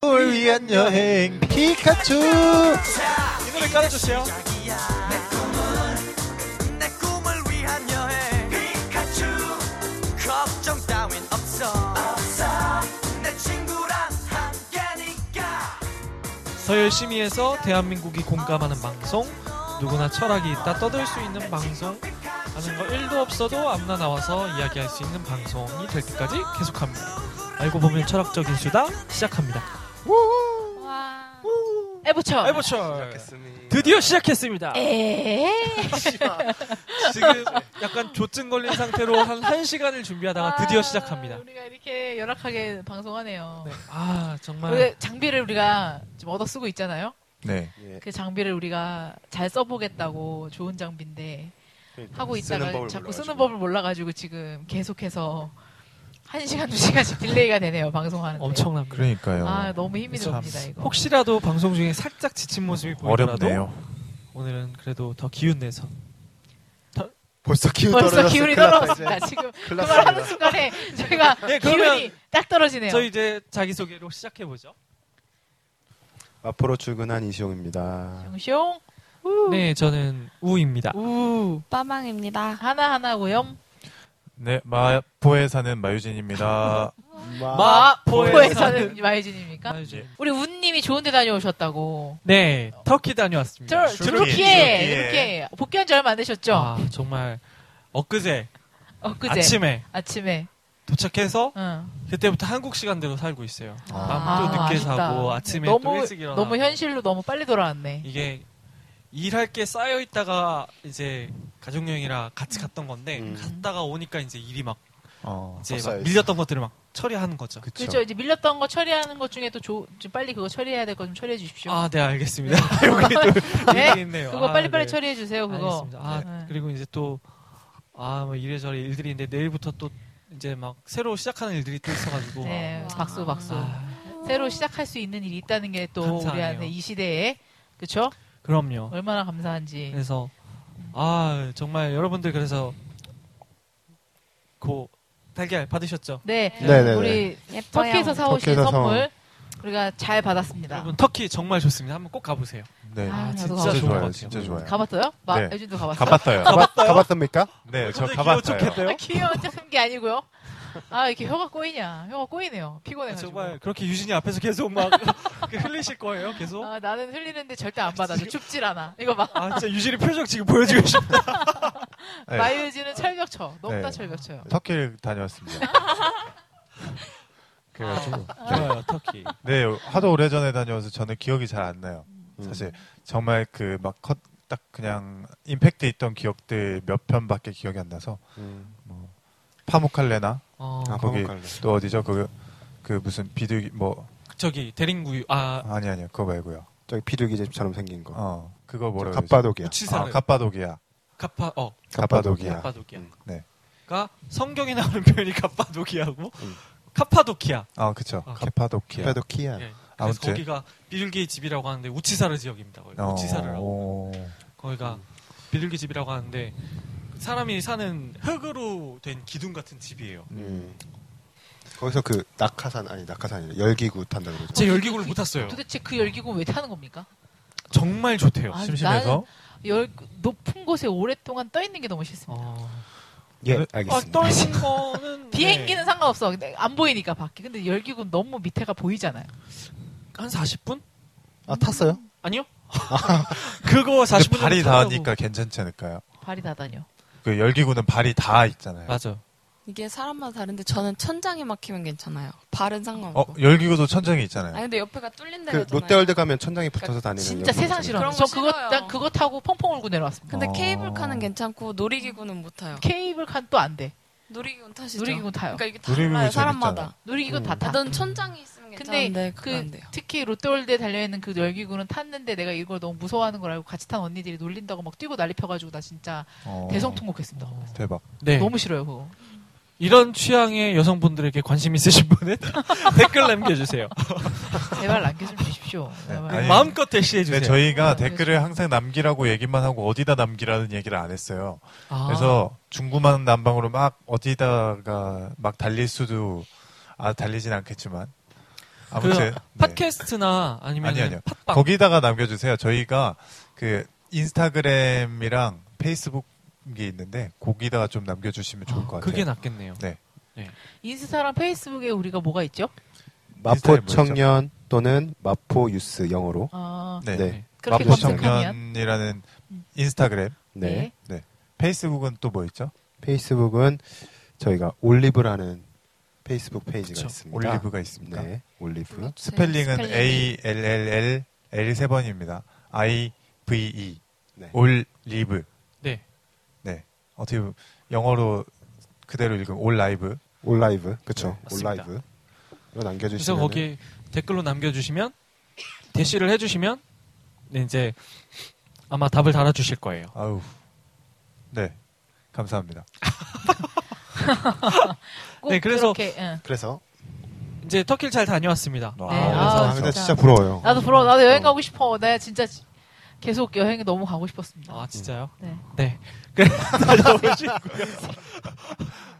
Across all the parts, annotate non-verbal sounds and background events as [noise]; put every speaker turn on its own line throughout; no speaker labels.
널 위한 여행 피카츄
이 노래 깔아주세요.
내 꿈은 내 꿈을 위한 여행 피카츄 걱정 따윈 없어 없어 내 친구랑 함께니까
서열 심의에서 대한민국이 공감하는 방송, 누구나 철학이 있다 떠들 수 있는 방송, 아는 거 1도 없어도 아무나 나와서 이야기할 수 있는 방송이 될 때까지 계속합니다. 알고 보면 철학적인 수다 시작합니다.
와. 에보처.
해보죠. 드디어 시작했습니다.
에.
지금 약간 조증 걸린 상태로 한 1시간을 준비하다가 드디어
아,
시작합니다.
우리가 이렇게 열악하게 방송하네요.
네. 아, 정말
우리 장비를 우리가 지금 얻어 쓰고 있잖아요.
네
그 장비를 우리가 잘 써보겠다고 좋은 장비인데 하고 있다가 자꾸 그러니까 쓰는 법을 몰라가지고 지금 계속해서 한 시간 두 시간씩 딜레이가 되네요 방송하는.
엄청납니다.
그러니까요
아 너무 힘이
참.
듭니다 이거.
혹시라도 방송 중에 살짝 지친 모습이 보이더라도
어렵네요
오늘은 그래도 더 기운 내서
벌써 기운
벌써
떨어졌어.
기운이
큰일 났다,
떨어졌습니다. 지금
큰일
그말 하는
났습니다.
순간에 저희가
네, 그러면
기운이 딱 떨어지네요.
저 이제 자기 소개로 시작해 보죠.
앞으로 출근한 이시용입니다.
영시용
네, 저는 우입니다.
우
빠망입니다.
하나 하나 고염
네 마포에 사는 마유진입니다
마포에
포에서는 마유진입니까? 우리 운님이 좋은데 다녀오셨다고.
아, 네, 터키
저
다녀왔습니다.
저렇게 이렇게 복귀한 지 얼마 안 되셨죠?
네,
어,
아, 정말 엊그제
엊그제
아침에
아침에.
도착해서
응.
그때부터 한국 시간대로 살고 있어요.
아.
밤도
아,
늦게
아쉽다.
자고 아침에 또
너무
일찍 일어나.
너무 현실로 너무 빨리 돌아왔네.
이게 일할 게 쌓여 있다가 이제 가족 여행이라 같이 갔던 건데
음. 아,
갔다가 오니까 이제 일이 막
어,
이제 막
쌓여있어.
밀렸던 것들을 막 처리하는 거죠.
그쵸.
그렇죠. 이제 밀렸던 거 처리하는 것 중에 또 조, 좀 빨리 그거 처리해야 될 거 좀 처리해 주십시오.
아, 네, 알겠습니다. [laughs] 여기 또
네,
일이 있네요.
그거
아,
빨리빨리
네.
처리해 주세요. 그거.
알겠습니다. 아,
네.
그리고 이제 또 아, 뭐 이래저래 일들이 있는데 내일부터 또 이제 막 새로 시작하는 일들이 또 있어가지고
네,
와.
박수 박수.
아,
새로 시작할 수 있는 일이 있다는 게 또
감사하네요.
우리 안에 이 시대에 그렇죠?
그럼요.
얼마나 감사한지.
그래서 아 정말 여러분들 그래서 고 달걀 받으셨죠?
네,
네네네.
우리
예뻐요.
터키에서 사오신
터키에서
선물 우리가 잘 받았습니다.
여러분 터키 정말 좋습니다. 한번 꼭 가보세요.
네
아, 음. 나도
진짜
가고
진짜
좋은
싶다.
것
좋아요
네. 같아요.
진짜 좋아요
가봤어요? 마,
네.
유진도 가봤어요.
가봤어요
가봤, 가봤습니까?
네 저
저도
가봤어요
기억했대요.
아, [laughs] 귀여워 작은 게 아니고요. 아 이렇게 혀가 꼬이냐? 혀가 꼬이네요. 피곤해가지고.
아, 정말 그렇게 유진이 앞에서 계속 막 [laughs] 흘리실 거예요. 계속.
아, 나는 흘리는데 절대 안 받아줘. 춥질 않아. 이거 봐.
아 진짜 유진이 표정 지금 보여주고 싶어.
네.
마유진은 철벽 쳐. 너무 다
네.
철벽 쳐요.
터키를 다녀왔습니다 [laughs]
그래가지고
[laughs] 좋아요 터키.
네 하도 오래전에 다녀와서 저는 기억이 잘 안 나요 사실 정말 그 막 컷 딱 그냥 임팩트 있던 기억들 몇 편밖에 기억이 안 나서
음.
뭐 파묵칼레나
어,
아,
거기
거기
또 어디죠 그, 그 무슨 비둘기 뭐
저기 대림구유 아
아니 아니요 그거 말고요
저기 비둘기 집처럼 생긴 거.
어 그거
저
뭐라고
갑바독이야.
우치사를
아, 갑바독이야
가파 어
갑바독이야.
가파도키아.
음.
네.
가 성경에 나오는 표현이 가파도키아고
음.
카파도키아.
아 그쵸
아,
갑바독이야
갑바독이야.
예. 그래서
아무튼.
거기가 비둘기의 집이라고 하는데 우치사르 지역입니다. 거기
어,
우치사르라고.
오.
거기가 비둘기 집이라고 하는데 사람이 사는 흙으로 된 기둥 같은 집이에요.
음. 거기서 그 낙하산 아니 낙하산이래 열기구 탄다 그러죠.
제 열기구를 못 탔어요.
도대체 그 열기구 왜 타는 겁니까?
정말 좋대요.
아,
심심해서
열 높은 곳에 오랫동안 떠 있는 게 너무 싫습니다.
어...
예,
아,
알겠습니다.
떨린
[laughs]
거는
비행기는
네.
상관없어. 근데 안 보이니까 밖에. 근데 열기구는 너무 밑에가 보이잖아요.
한 40분?
아 탔어요?
아니요. [laughs] 그거 40분
근데 발이 닿으니까 괜찮지 않을까요?
발이 다다녀.
그 열기구는 발이 닿아 있잖아요
맞아.
이게 사람마다 다른데 저는 천장에 막히면 괜찮아요. 발은
어
상관없고.
열기구도 천장이 있잖아요
아니 근데 옆에가 뚫린다
그
그러잖아요.
롯데월드 가면 천장에 붙어서 다니는
그러니까 진짜 세상 싫어.
그런
저
거
그거
싫어요.
난 그거 타고 펑펑 울고 내려왔습니다.
근데
어.
케이블카는 괜찮고 놀이기구는 못 타요.
케이블칸 또 안 돼.
놀이기구는 타시죠.
놀이기구 타요.
그러니까 이게
놀이기구
달라요
재밌잖아요.
사람마다.
놀이기구 다
음.
타.
저는 천장이 있으면
근데
괜찮은데 그건 안
그
돼요.
특히 롯데월드에 달려있는 그 열기구는 탔는데 내가 이걸 너무 무서워하는 걸 알고 같이 탄 언니들이 놀린다고 막 뛰고 난리 펴가지고 나 진짜
어.
대성통곡했습니다.
대박
네.
너무 싫어요 그거.
이런 취향의 여성분들에게 관심 있으신 분은 [laughs] 댓글 남겨주세요.
제발 남겨좀 주십시오. 제발.
아니,
마음껏 대시해주세요.
네, 저희가
아,
댓글을 항상 남기라고 얘기만 하고 어디다 남기라는 얘기를 안 했어요
아,
그래서 중구만 난방으로 막 어디다가 막 달릴 수도 아 달리진 않겠지만 아무튼 네.
그 팟캐스트나 아니면
아니, 아니요.
팟빵
거기다가 남겨주세요. 저희가 그 인스타그램이랑 페이스북이 있는데 거기다가 좀 남겨주시면 좋을 것 같아요.
그게 낫겠네요.
네.
인스타랑 페이스북에 우리가 뭐가 있죠?
인스타에
마포 청년 또는 마포 유스 영어로.
아,
네.
네.
그렇게
마포
검색하면
청년이라는 인스타그램,
네.
네.
페이스북은 또 뭐 있죠?
페이스북은 저희가 올리브라는 페이스북 페이지가
그쵸. 그렇죠.
있습니다.
올리브가 있습니다.
네, 올리브.
스펠링은
스펠링이-
A L L L L 세 번입니다. I V E
네.
올리브.
네.
네. 어떻게 보면 영어로 그대로 읽으면 올라이브.
올라이브. 그쵸.
네, 맞습니다.
올라이브. 이거
그래서
남겨주시면.
거기 댓글로 남겨주시면 대시를 해주시면 네, 이제 아마 답을 달아주실 거예요.
아우. 네. 감사합니다.
꼭
네, 그래서-
그렇게, 예. 응.
그래서.
이제 터키를 잘 다녀왔습니다.
아,
네,
아,
아,
근데
진짜.
진짜 부러워요.
나도 부러워. 나도 여행
어.
가고 싶어. 나 진짜 지- 계속 여행 너무 가고 싶었습니다.
아 진짜요?
네.
네. [laughs] 그래 다녀오시고요.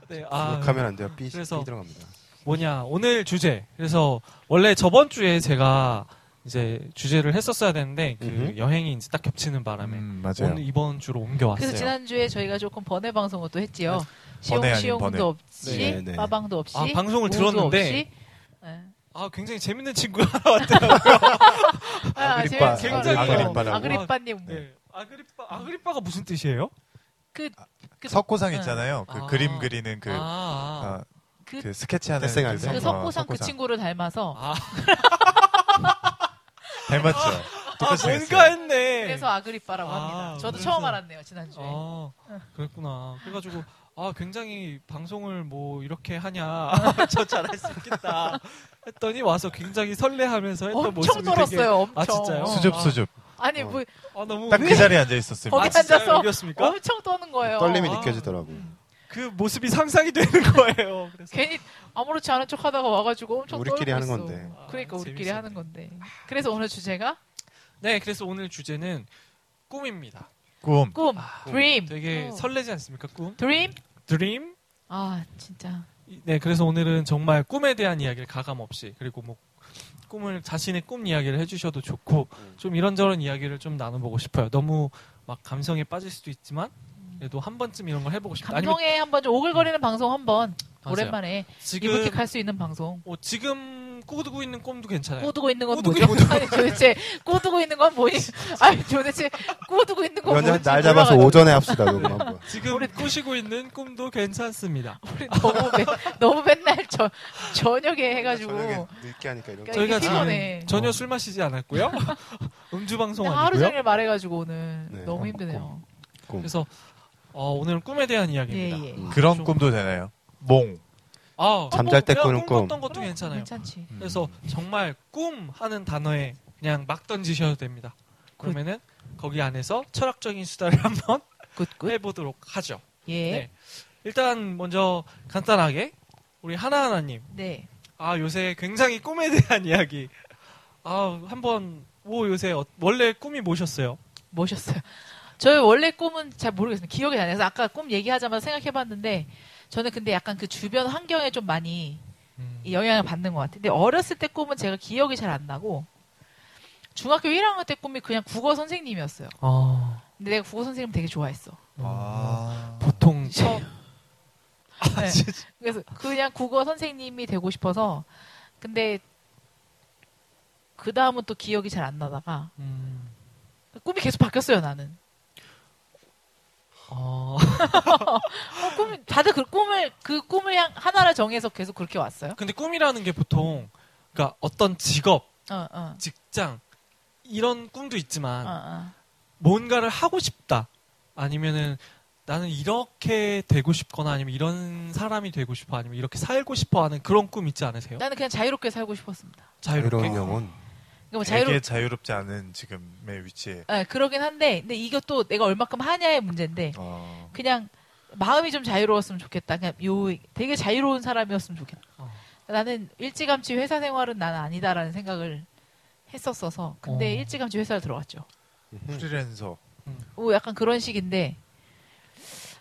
네. 아
기록하면 안 돼요. 삐,
그래서-
삐 들어갑니다.
뭐냐 오늘 주제. 그래서 원래 저번 주에 제가 이제 주제를 했었어야 되는데 그
음흠.
여행이 이제 딱 겹치는 바람에
음, 맞아요.
오늘 이번 주로 옮겨왔어요.
그래서 지난주에 저희가 조금 번외 방송을 또 했지요.
번외 아닌 번외.
시용시용도 없이,
네, 네.
빠방도 없이,
아, 방송을
우도
들었는데.
없이. 네.
아 굉장히 재밌는 친구가 나왔대요.
아,
아그리빠,
재밌-
굉장히
재밌어요.
아그리빠라고.
아그리빠님
네. 아그리빠 아그리빠가 무슨 뜻이에요?
그, 그,
석고상
네.
있잖아요. 그
아.
그림 그리는 그,
아,
아,
아.
그,
그 스케치하는
태생한
그
어,
석고상 그 친구를 닮아서
아,
닮았죠.
아,
똑같이
뭔가
생겼어요.
했네.
그래서 아그리빠라고
아,
합니다. 저도
그래서-
처음 알았네요 지난주에.
아, 그랬구나. 그래가지고, 아, 굉장히 방송을 뭐 이렇게
[laughs]
하냐. [laughs] 저 잘할 수 있겠다. 했더니 와서 굉장히 설레하면서 했던 모습이
엄청
되게-
떨었어요. 엄청.
아, 진짜요?
수줍 수줍.
아니 뭐
아, 너무.
딱 그 자리에 앉아 있었습니다.
거기
아, 진짜요?
앉아서
이겼습니까?
엄청 떠는 거예요.
떨림이
아.
느껴지더라고요.
그 모습이 상상이 되는 [laughs] 거예요. 그래서.
괜히 아무렇지 않은 척 하다가 와가지고 엄청
우리끼리
떨고
하는
있어.
건데.
아,
그러니까 우리끼리
재밌었네.
하는 건데. 그래서 오늘 주제가
네, 그래서 오늘 주제는 꿈입니다. 아,
꿈.
꿈, 드림,
되게
음. 어.
설레지 않습니까? 꿈?
드림.
드림?
아 진짜.
네, 그래서 오늘은 정말 꿈에 대한 이야기를 가감 없이 그리고 뭐 꿈을 자신의 꿈 이야기를 해주셔도 좋고
음.
좀 이런저런 이야기를 좀 나눠보고 싶어요. 너무 막 감성에 빠질 수도 있지만 그래도 한 번쯤 이런 걸 해보고 싶다. 아니면 음,
감성에 한번 좀 오글거리는 방송 한번
맞아요.
오랜만에
지금
리부킥 할 수 있는 방송.
어, 지금 꾸두고 있는 꿈도 괜찮아요.
꼬두고 있는 건
네. 꼬두고
뭐죠? [laughs] 아니 도대체 꼬두고 있는 건
[laughs]
뭐니? 아니 도대체 꼬두고 있는 건
연장
어, 뭐지?
날 잡아서
몰라가지고.
오전에 합시다. 녹음 한번.
지금 꾸시고 있는 꿈도 괜찮습니다.
우리 너무 매, 너무 맨날 저 저녁에 [laughs] 해가지고
저녁에 늦게 하니까 이런.
그러니까
거.
저희가
피곤해.
지금 전혀 술 마시지 않았고요. [laughs] 음주 방송
하루
아니고요. 어,
종일 말해가지고 오늘
네,
너무
밥
힘드네요.
그래서 어, 오늘은 꿈에 대한
예,
이야기입니다.
예.
그런
좀-
꿈도 되나요? 몽.
아,
잠잘 때
내가
꾸는 꿈.
꿨던 것도 괜찮아요.
괜찮지.
그래서 정말 꿈 하는 단어에 그냥 막 던지셔도 됩니다. 그러면은 거기 안에서 철학적인 수다를 [laughs] 한번
굿굿.
해보도록 하죠. 네.
예.
일단 먼저 간단하게 우리 하나하나님,
네.
아 요새 굉장히 꿈에 대한 [laughs] 이야기, 아 한번 뭐 요새 어- 원래 꿈이 뭐셨어요?
모셨어요. 저희 원래 꿈은 잘 모르겠습니다. 기억이 안 나서 아까 꿈 얘기하자마자 생각해봤는데 저는 근데 약간 그 주변 환경에 좀 많이 이 영향을 받는 것 같아요. 근데 어렸을 때 꿈은 제가 기억이 잘 안 나고 중학교 1학년 때 꿈이 그냥 국어 선생님이었어요.
아
근데 내가 국어 선생님 되게 좋아했어.
아.
음. 보통 처 아,
네. 그래서 그냥 국어 선생님이 되고 싶어서 근데 그 다음은 또 기억이 잘 안 나다가
음,
꿈이 계속 바뀌었어요 나는
어,
어, 꿈 다들 그 꿈을 그 꿈을 향- 하나를 정해서 계속 그렇게 왔어요.
근데 꿈이라는 게 보통 그러니까 어떤 직업,
어, 어,
직장 이런 꿈도 있지만
어, 어.
뭔가를 하고 싶다. 아니면은 나는 이렇게 되고 싶거나 아니면 이런 사람이 되고 싶어 아니면 이렇게 살고 싶어 하는 그런 꿈 있지 않으세요?
나는 그냥 자유롭게 살고 싶었습니다.
자유롭게.
이런 영혼.
그러니까 뭐
되게
자유롭
자유롭지 않은 지금의 위치에.
예, 그러긴 한데 근데 이것도 내가 얼마큼 하냐의 문제인데
어. 그냥
그냥 마음이 좀 자유로웠으면 좋겠다. 그냥 요 되게 자유로운 사람이었으면 좋겠다.
어.
나는 일찌감치 회사 생활은 난 아니다라는 생각을 했었어서 근데
어.
일찌감치 회사를 들어갔죠.
프리랜서.
오 약간 그런 식인데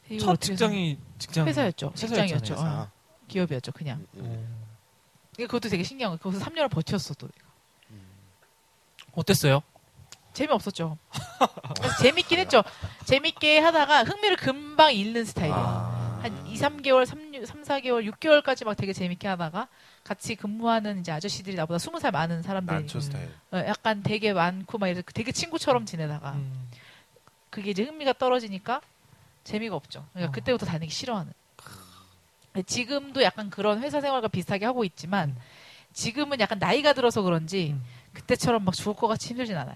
이걸
첫
어떻게
직장이 직장
회사였죠. 어.
회사였잖아요,
직장이었죠.
회사.
어, 기업이었죠. 그냥.
음.
이게 그것도 되게 신기한 거. 거기서 3년을 버텼어도
어땠어요? [laughs]
재미없었죠. 그래서 재밌긴 했죠. 재밌게 하다가 흥미를 금방 잃는 스타일이에요.
아.
한 2, 3개월, 3, 3, 4개월, 6개월까지 막 되게 재밌게 하다가 같이 근무하는 이제 아저씨들이 나보다 20살 많은 사람들이
난초 스타일.
어, 약간 되게 많고 막 이래서 되게 친구처럼 지내다가
음.
그게 이제 흥미가 떨어지니까 재미가 없죠. 그러니까
어.
그때부터 다니기 싫어하는. 근데 지금도 약간 그런 회사 생활과 비슷하게 하고 있지만 지금은 약간 나이가 들어서 그런지
음.
그때처럼 막 죽을 것 같이 힘들진 않아요.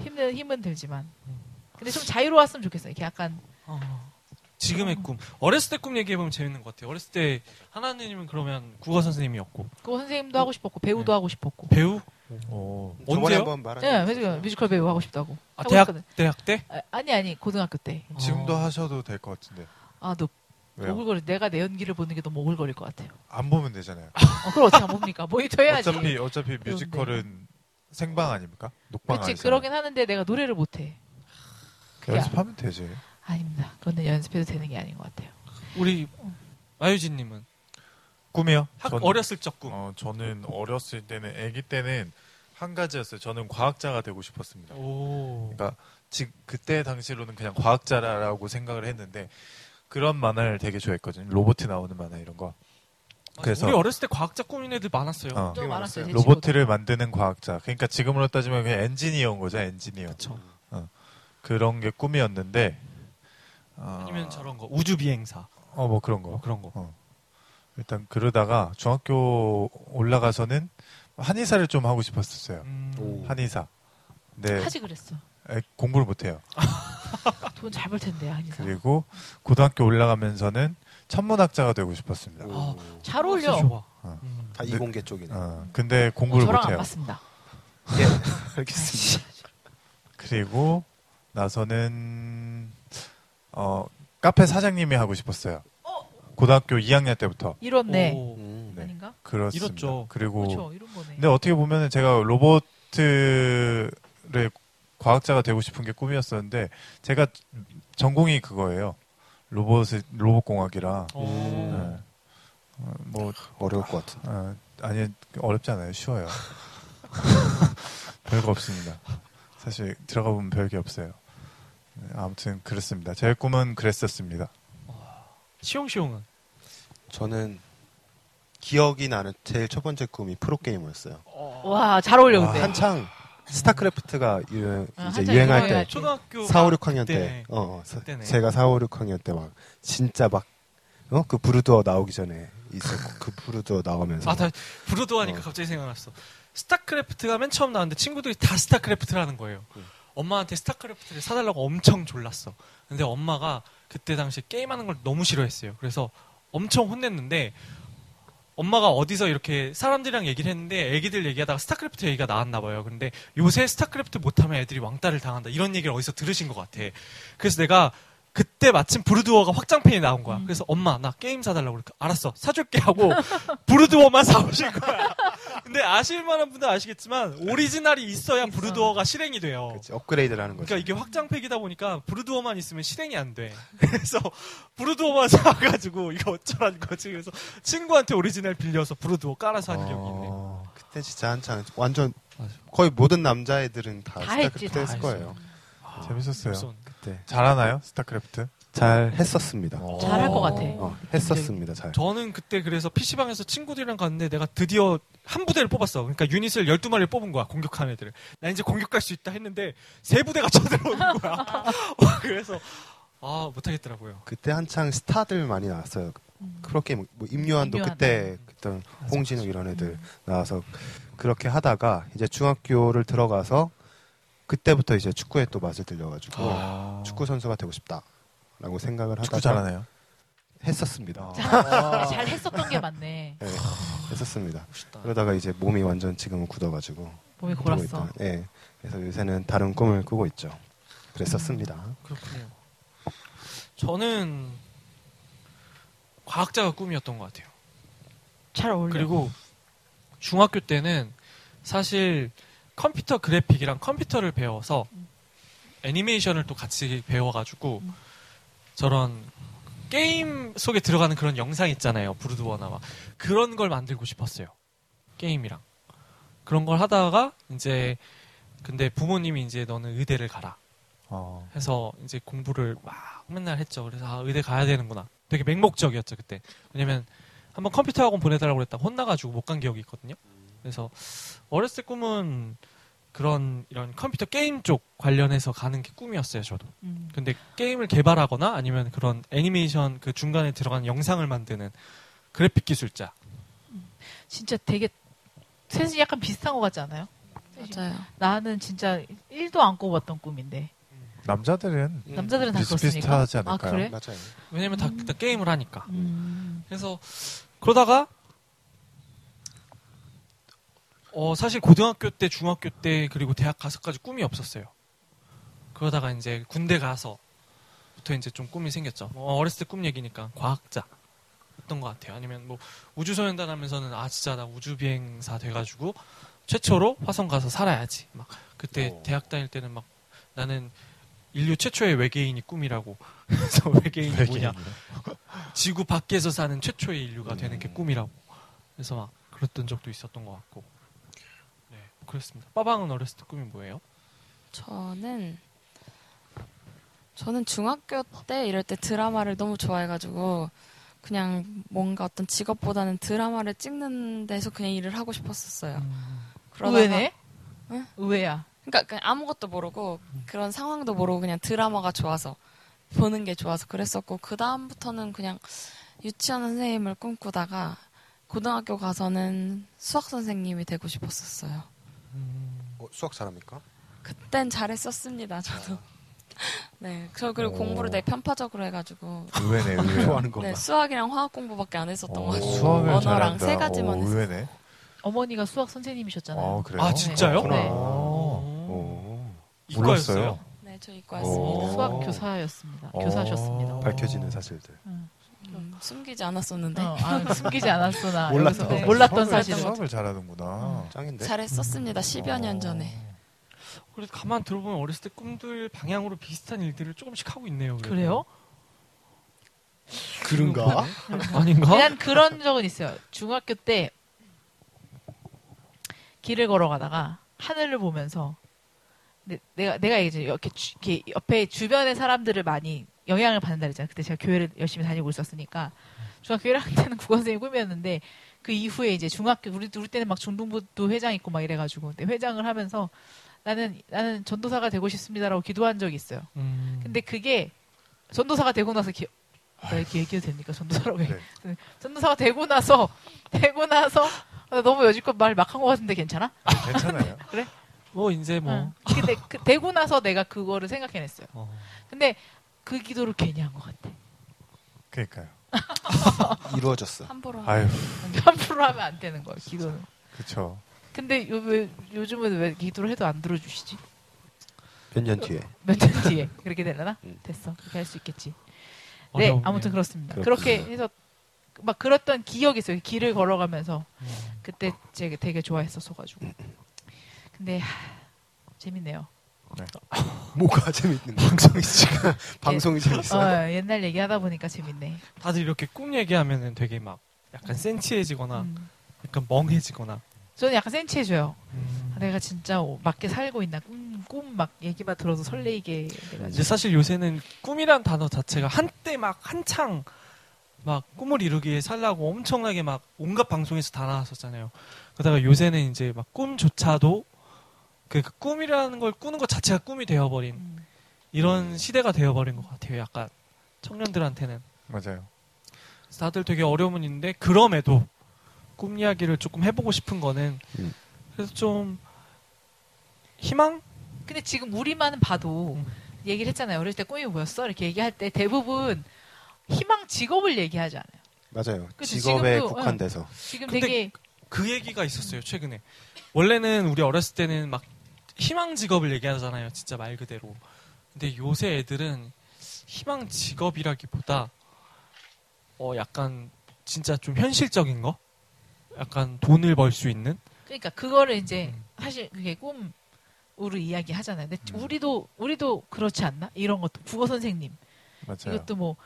힘든 힘은 들지만.
음.
근데 좀 자유로웠으면 좋겠어요. 이렇게 약간
어. 지금의 꿈. 어렸을 때 꿈 얘기해보면 재밌는 것 같아요. 어렸을 때 하나님은 그러면 국어 선생님이었고
그 선생님도
음.
하고 싶었고
네.
배우도 하고 싶었고.
배우?
오.
저번에
언제요?
한번 말한
예,
적
뮤지컬,
있었어요.
뮤지컬 배우 하고 싶다고.
아,
하고
대학
있거든.
대학 때?
아, 아니 아니 고등학교 때.
지금도
어.
하셔도 될 것 같은데.
아, 너
왜요?
오글거리. 내가 내 연기를 보는 게 너무 오글거릴 것 같아요.
안 보면 되잖아요.
어, 그걸 어떻게 안 봅니까? 모니터 해야지.
어차피 어차피 뮤지컬은 생방 아닙니까? 녹방
그렇지
아니잖아요.
그러긴 하는데 내가 노래를 못해. 그게
연습하면 되지.
아닙니다. 그건 연습해도 되는 게 아닌 것 같아요.
우리 아유진님은
꿈이요?
학
저는-
어렸을 적 꿈.
어, 저는 어렸을 때는 아기 때는 한 가지였어요. 저는 과학자가 되고 싶었습니다.
오.
그러니까 즉 그때 당시로는 그냥 과학자라고 생각을 했는데 그런 만화를 되게 좋아했거든요. 로봇 나오는 만화 이런 거. 그래서-
우리 어렸을 때 과학자 꿈인 애들 많았어요.
어.
좀 알았어요. 제 친구도.
로봇을 만드는 과학자. 그러니까 지금으로 따지면 그냥 엔지니어인 거죠, 엔지니어.
그쵸.
그런 게 꿈이었는데 어,
아니면 저런 거 우주 비행사
어, 뭐 그런 거.
뭐 그런 거.
일단 그러다가 중학교 올라가서는 한의사를 좀 하고 싶었었어요.
음.
오.
한의사. 네.
하지 아. 그랬어.
공부를 못 해요.
돈 잘 벌 텐데 아니서.
그리고 고등학교 올라가면서는 천문학자가 되고 싶었습니다.
오.
아,
잘 어울려. 어,
좋아.
어.
음.
음. 다 이공계 쪽이네.
어, 근데 공부를
저랑
못
안
해요.
맞습니다. 네. 아,
예, 알겠습니다.
그리고 나서는 어, 카페 사장님이 하고 싶었어요. 고등학교 2학년 때부터
이렇네.
오.
음.
네.
아닌가?
그렇습니다.
이렇죠.
그리고
그렇죠. 이런 거네.
근데 어떻게 보면은 제가 로봇의 과학자가 되고 싶은 게 꿈이었었는데 제가 전공이 그거예요. 로봇 로봇 공학이라. 네.
오.
네.
뭐
어려울 것 같은데.
아, 아니 어렵지 않아요. 쉬워요. [laughs] 별거 없습니다. 사실 들어가 보면 별게 없어요. 네, 아무튼 그렇습니다. 제 꿈은 그랬었습니다.
시용시용은
저는 기억이 나는 제일 첫 번째 꿈이 프로게이머였어요.
와, 잘 어울려
와,
근데.
한창 스타크래프트가
네.
유행,
아,
이제
한창
유행할
유행할
때
때.
초등학교
4, 5, 6학년
그때네.
때. 어, 어, 사-
그때네.
제가 4, 5, 6학년 때 막 진짜 막 어? 그 브루드어 나오기 전에 있었고 그 브루드어 나오면서
아, 다 브루도 하니까
어.
갑자기 생각났어. 스타크래프트 가맨 처음 나왔는데 친구들이 다 스타크래프트라는 거예요.
음.
엄마한테 스타크래프트를 사달라고 엄청 졸랐어. 근데 엄마가 그때 당시 게임하는 걸 너무 싫어했어요. 그래서 엄청 혼냈는데 엄마가 어디서 이렇게 사람들이랑 얘기를 했는데 애기들 얘기하다가 스타크래프트 얘기가 나왔나 봐요. 근데 요새 스타크래프트 못하면 애들이 왕따를 당한다. 이런 얘기를 어디서 들으신 것 같아. 그래서 내가 그때 마침 브루드워가 확장판이 나온 거야. 그래서 엄마 나 게임 사달라고 그러니까 알았어 사줄게 하고 브루드워만 사오신 거야. 근데 아실만한 분들 아시겠지만 오리지널이 있어야 브루드워가 실행이 돼요.
그치, 업그레이드를 하는 거죠.
그러니까 이게 확장팩이다 보니까 브루드워만 있으면 실행이 안 돼. [laughs] 그래서 브루드워만 [laughs] 사가지고 이거 어쩌라는 거지. 그래서 친구한테 오리지널 빌려서 브루드워 깔아서 한 기억이 있네.
어, 그때 진짜 한창 완전
맞아.
거의 모든 남자애들은
다
다,
했지,
스타크래프트
다
했을
했어.
거예요. 아,
재밌었어요.
무서운데.
그때
잘하나요? 스타크래프트?
잘 했었습니다.
잘할 것 같아.
어, 했었습니다. 잘.
저는 그때 그래서 PC방에서 친구들이랑 갔는데 내가 드디어 한 부대를 뽑았어. 그러니까 유닛을 12마리를 뽑은 거야. 공격하는 애들을. 나 이제 공격할 수 있다 했는데 세 부대가 [laughs] 쳐들어오는 거야. 와, 그래서 아, 못하겠더라고요.
그때 한창 스타들 많이 나왔어요. 프로게임 뭐 임요한도
임요한.
그때 그때 홍진욱 이런 애들 나와서 그렇게 하다가 이제 중학교를 들어가서 그때부터 이제 축구에 또 맛을 들려가지고 축구 선수가 되고 싶다라고 생각을 하다가
축구 잘하나요?
했었습니다.
아. 잘 했었던 게 맞네.
예, 했었습니다. 그러다가 이제 몸이 완전 지금은 굳어가지고
몸이
그러고
골았어.
있다. 예. 그래서 요새는 다른 꿈을 꾸고 있죠. 그랬었습니다.
그렇군요. 저는 과학자가 꿈이었던 것 같아요.
잘 어울려.
그리고 중학교 때는 사실 컴퓨터 그래픽이랑 컴퓨터를 배워서 애니메이션을 또 같이 배워가지고 저런 게임 속에 들어가는 그런 영상 있잖아요. 브루드워나 막 그런 걸 만들고 싶었어요. 게임이랑 그런 걸 하다가 이제 근데 부모님이 이제 너는 의대를 가라
어.
해서 이제 공부를 막 맨날 했죠. 그래서 아, 의대 가야 되는구나. 되게 맹목적이었죠 그때. 왜냐면 한번 컴퓨터 학원 보내달라고 그랬다가 혼나가지고 못 간 기억이 있거든요. 그래서 어렸을 때 꿈은 그런 이런 컴퓨터 게임 쪽 관련해서 가는 게 꿈이었어요 저도.
음.
근데 게임을 개발하거나 아니면 그런 애니메이션 그 중간에 들어간 영상을 만드는 그래픽 기술자.
진짜 되게 셋이 약간 비슷한 것 같지 않아요?
맞아요.
나는 진짜 1도 안 꼽았던 꿈인데
남자들은
음.
남자들은 다 그렇습니까?
비슷비슷하지
아
않을까요?
그래?
음, 맞아요.
왜냐면 다, 다 게임을 하니까.
음.
그래서 그러다가 어 사실 고등학교 때, 중학교 때 그리고 대학 가서까지 꿈이 없었어요. 그러다가 이제 군대 가서부터 이제 좀 꿈이 생겼죠. 뭐 어렸을 때 꿈 얘기니까 과학자 어떤 것 같아요. 아니면 뭐 우주소년단 하면서는 아 진짜 나 우주비행사 돼가지고 최초로 화성 가서 살아야지. 막 그때
오.
대학 다닐 때는 막 나는 인류 최초의 외계인이 꿈이라고. [laughs] 그래서 외계인이 뭐냐? 지구 밖에서 사는 최초의 인류가 되는 게
음.
꿈이라고. 그래서 막 그랬던 적도 있었던 것 같고. 네, 그렇습니다. 빠방은 어렸을 때 꿈이 뭐예요?
저는 저는 중학교 때 이럴 때 드라마를 너무 좋아해가지고 그냥 뭔가 어떤 직업보다는 드라마를 찍는 데서 그냥 일을 하고 싶었었어요.
음.
그러다가-
의외네?
응?
의외야.
그러니까 그냥 아무것도 모르고 그런 상황도 모르고 그냥 드라마가 좋아서 보는 게 좋아서 그랬었고 그 다음부터는 그냥 유치원 선생님을 꿈꾸다가 고등학교 가서는 수학 선생님이 되고 싶었었어요.
음,
어, 수학 잘합니까?
그땐 잘했었습니다. 저도. [laughs] 네, 저 그리고
오.
공부를 되게 편파적으로 해가지고
의외네, 의외.
[laughs] 좋아하는
네,
건가?
수학이랑 화학 공부밖에 안 했었던 것
어,
같아요.
수학을
언어랑
잘한다.
세 가지만
오,
했어요.
의외네.
어머니가 수학 선생님이셨잖아요.
어, 그래요?
아 진짜요?
그렇구나.
네.
오.
오,
이과였어요.
몰랐어요.
네, 저 이과였습니다.
오.
수학 교사였습니다. 교사셨습니다.
어.
밝혀지는 사실들.
응.
음, 숨기지 않았었는데
어, 아, 숨기지 않았어 나.
몰랐던
여기서
거.
몰랐던
수학을-
사실을.
수학을 잘하는구나.
짱인데.
잘했었습니다. 10여 년 전에.
그래도 가만 들어보면 어렸을 때 꿈들 방향으로 비슷한 일들을 조금씩 하고 있네요. 그래도.
그래요?
어,
그런가?
[laughs] 아닌가?
그냥 그런 적은 있어요. 중학교 때 길을 걸어가다가 하늘을 보면서 내, 내가 내가 이제 이렇게, 주- 이렇게 옆에 주변의 사람들을 많이 영향을 받는다 그랬잖아요. 그때 제가 교회를 열심히 다니고 있었으니까 중학교 1학년 때는 국어 선생님 꿈이었는데 그 이후에 이제 중학교 우리 우리 때는 막 중등부도 회장 있고 막 이래가지고 근데 회장을 하면서 나는 나는 전도사가 되고 싶습니다라고 기도한 적이 있어요.
음.
근데 그게 전도사가 되고 나서 기... 나 이렇게 얘기해도 됩니까?
네.
전도사라고 해. 전도사가 되고 나서 되고 나서 나 너무 여지껏 말 막 한 것 같은데 괜찮아?
괜찮아요.
뭐 이제 뭐
응. 근데 그, 되고 나서 내가 그거를 생각해냈어요.
어.
근데 그 기도를 괜히 한 것 같아.
그러니까요.
이루어졌어.
함부로
아유,
함부로 하면 안 되는 거야 기도는.
그쵸.
근데 요, 왜, 요즘은 왜 기도를 해도 안 들어주시지?
몇 년 뒤에.
몇
[laughs]
년 뒤에 그렇게 되려나?
음.
됐어. 그렇게 할 수 있겠지.
어려우네요.
네, 아무튼 그렇습니다. 그렇
그렇군요.
게 해서 막 그랬던 기억이 있어요. 길을 걸어가면서
음.
그때 제가 되게 좋아했었어 가지고. 근데 하, 재밌네요.
[laughs]
뭐가 재밌는 방송이 지금 방송이 재밌어요.
어, 옛날 얘기하다 보니까 재밌네.
다들 이렇게 꿈 얘기하면은 되게 막 약간 센치해지거나
음.
약간 멍해지거나.
저는 약간 센치해져요.
음.
아, 내가 진짜 오- 맞게 살고 있나 꿈꿈 막 얘기만 들어도 설레이게
이제
돼가지고.
사실 요새는 꿈이란 단어 자체가 한때 막 한창 막 꿈을 이루기 위해 살라고 엄청나게 막 온갖 방송에서 다 나왔었잖아요. 그러다가 요새는 이제 막 꿈조차도 그, 그 꿈이라는 걸 꾸는 것 자체가 꿈이 되어버린
음.
이런 시대가 되어버린 것 같아요. 약간 청년들한테는
맞아요.
그래서 다들 되게 어려움은 있는데 그럼에도 꿈 이야기를 조금 해보고 싶은 거는
음.
그래서 좀 희망?
음. 근데 지금 우리만 봐도
음.
얘기를 했잖아요. 어릴 때 꿈이 뭐였어? 이렇게 얘기할 때 대부분 희망 직업을 얘기하지 않아요.
맞아요.
그치,
직업에
지금도,
국한돼서.
지금
근데
되게
그 얘기가 있었어요 최근에 원래는 우리 어렸을 때는 막 희망 직업을 얘기하잖아요 진짜 말 그대로 근데 요새 애들은 희망 직업이라기보다 어 약간 진짜 좀 현실적인 거 약간 돈을 벌 수 있는
그러니까 그거를 이제
음.
사실 그게 꿈으로 이야기 하잖아요. 근데 우리도 우리도 그렇지 않나? 이런 것도 국어 선생님
맞아요.
이것도 뭐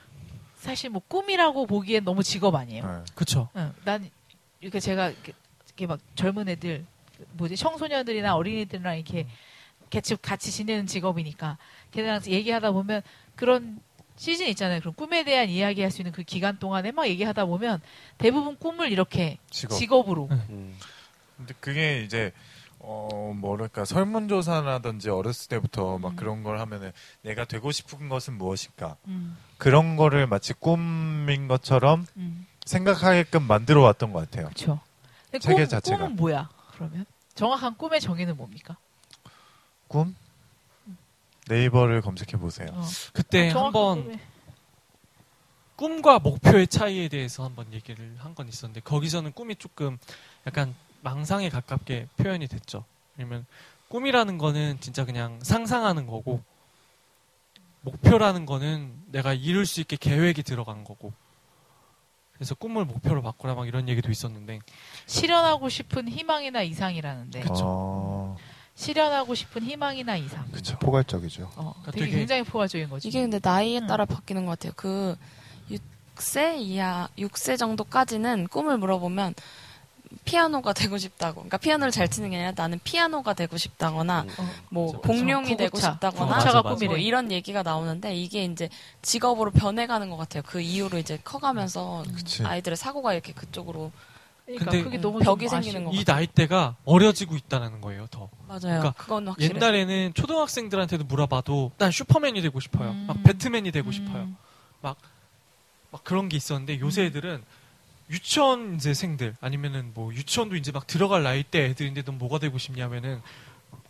사실 뭐 꿈이라고 보기엔 너무 직업 아니에요.
네.
그쵸.
응. 난 이렇게 제가 이렇게, 이렇게 막 젊은 애들 뭐지 청소년들이나 어린이들이랑 이렇게 같이 같이 지내는 직업이니까 걔네랑 얘기하다 보면 그런 시즌 있잖아요. 그런 꿈에 대한 이야기할 수 있는 그 기간 동안에 막 얘기하다 보면 대부분 꿈을 이렇게
직업. 네.
으로
응.
음.
근데 그게 이제 어 뭐랄까 설문조사라든지 어렸을 때부터 막
음.
그런 걸 하면은 내가 되고 싶은 것은 무엇일까 그런 거를 마치 꿈인 것처럼 생각하게끔 만들어 왔던 것 같아요.
그렇죠. 근데
세계
꿈,
자체가.
꿈은 뭐야? 그러면 정확한 꿈의 정의는 뭡니까?
꿈 네이버를 검색해 보세요.
어.
그때
정확한
네, 한번
꿈의-
꿈과 목표의 차이에 대해서 한번 얘기를 한 건 있었는데 거기서는 꿈이 조금 약간 망상에 가깝게 표현이 됐죠. 왜냐면 꿈이라는 거는 진짜 그냥 상상하는 거고 목표라는 거는 내가 이룰 수 있게 계획이 들어간 거고 그래서 꿈을 목표로 바꾸라 막 이런 얘기도 있었는데
실현하고 싶은 희망이나 이상이라는데
어,
실현하고 싶은 희망이나 이상.
그쵸. 포괄적이죠.
어,
그러니까
되게,
되게-
굉장히 포괄적인 거지.
이게 근데 나이에
음.
따라 바뀌는 것 같아요. 그 6세 이하, 6세 정도까지는 꿈을 물어보면 피아노가 되고 싶다고. 그러니까 피아노를 잘 치는 게 아니라 나는 피아노가 되고
음.
싶다거나
어,
뭐
그렇죠.
공룡이 되고
구구차.
싶다거나
구구차가
맞아, 맞아.
뭐
꿈이래.
이런 얘기가 나오는데 이게 이제 직업으로 변해가는 것 같아요. 그 이후로 이제 커가면서
그치.
아이들의 사고가 이렇게 그쪽으로
그러니까
근데
그게 너무
벽이
좀
생기는
아쉬워.
것
이 나이대가 어려지고 있다는 거예요 더
맞아요.
그러니까
그건 확실해.
옛날에는 초등학생들한테도 물어봐도 난 슈퍼맨이 되고 싶어요
음.
막 배트맨이 되고
음.
싶어요 막 그런 게 있었는데 요새
음.
애들은 유치원 이제 생들 아니면은 뭐 유치원도 이제 막 들어갈 나이 때 애들인데 넌 뭐가 되고 싶냐면은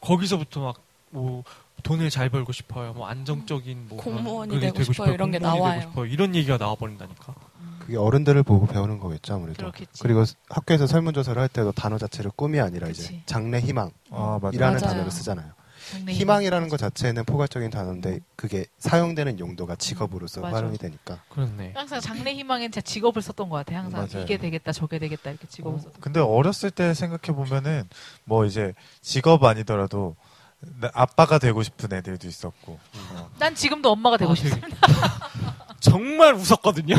거기서부터 막 뭐 돈을 잘 벌고 싶어요. 뭐 안정적인 뭐 그런
공무원이
그게
되고 싶어요. 이런 게
공무원이
나와요.
되고 싶어요. 이런 얘기가 나와 버린다니까.
그게 어른들을 보고 배우는 거겠죠 아무래도.
음. 그렇겠지.
그리고 학교에서 설문조사를 할 때도 단어 자체를 꿈이 아니라 이제
그치.
장래 희망이라는
아 맞아.
이라는 맞아요.
단어를 쓰잖아요.
장래
희망이라는 것 자체는 포괄적인 단어인데 그게 사용되는 용도가 직업으로서
맞아.
활용이 되니까.
그렇네.
항상 장래 희망엔 진짜 직업을 썼던 것 같아. 항상
맞아요.
이게 되겠다, 저게 되겠다 이렇게 직업을
어,
썼던.
근데 어렸을 때 생각해 보면은 뭐 이제 직업 아니더라도 나- 아빠가 되고 싶은 애들도 있었고 어.
난 지금도 엄마가 되고
아,
싶어.
되게- [laughs] 정말
[laughs]
웃었거든요.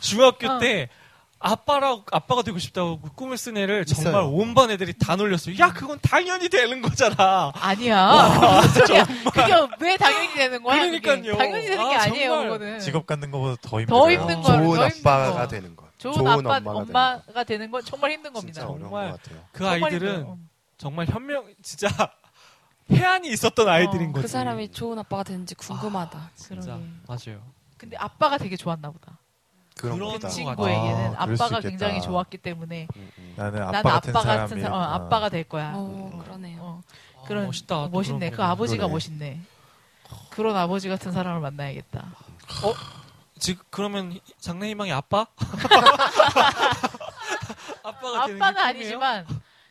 중학교
어.
때 아빠라고 아빠가 되고 싶다고 꿈을 쓴 애를 정말
있어요.
온 반 애들이 다 놀렸어요. 야 그건 당연히 되는 거잖아.
아니야. 무슨 소리야. [laughs] 그게 왜 당연히 되는 거야? 그게?
그러니까요.
당연히 되는 게
아,
아, 니에요
정말.
그거는.
직업 갖는 것보다 더 힘들어요.
더 힘든 거야.
좋은
더 힘든
아빠가
거.
되는 것.
좋은,
좋은
아빠,
엄마가 되는
엄마가 되는, 건 정말 힘든 겁니다.
진짜 어려운
정말.
것 같아요.
그
정말
아이들은
힘들어요.
정말 현명 진짜 [laughs] 해안이 있었던 아이들인
어,
거지.
그 사람이 좋은 아빠가 되는지 궁금하다.
진짜
그러게.
맞아요.
근데 아빠가 되게 좋았나 보다.
그런
그런
거다.
친구.
친구에게는
아,
아,
그럴 수
빠가
있겠다.
굉장히 좋았기 때문에
음, 음.
나는 아빠
나는
같은
아빠 같은
사람이
사람, 어, 아빠가 될 거야.
어, 그러네요.
어.
아,
그런
멋있다. 또
멋있네.
그런
그
거는.
아버지가
그러네.
멋있네. 그런 아버지 같은 사람을 만나야겠다.
지금 그러면 장래 희망이 아빠? [laughs] 아빠가 되는 게
아빠는
꿈이에요?
아니지만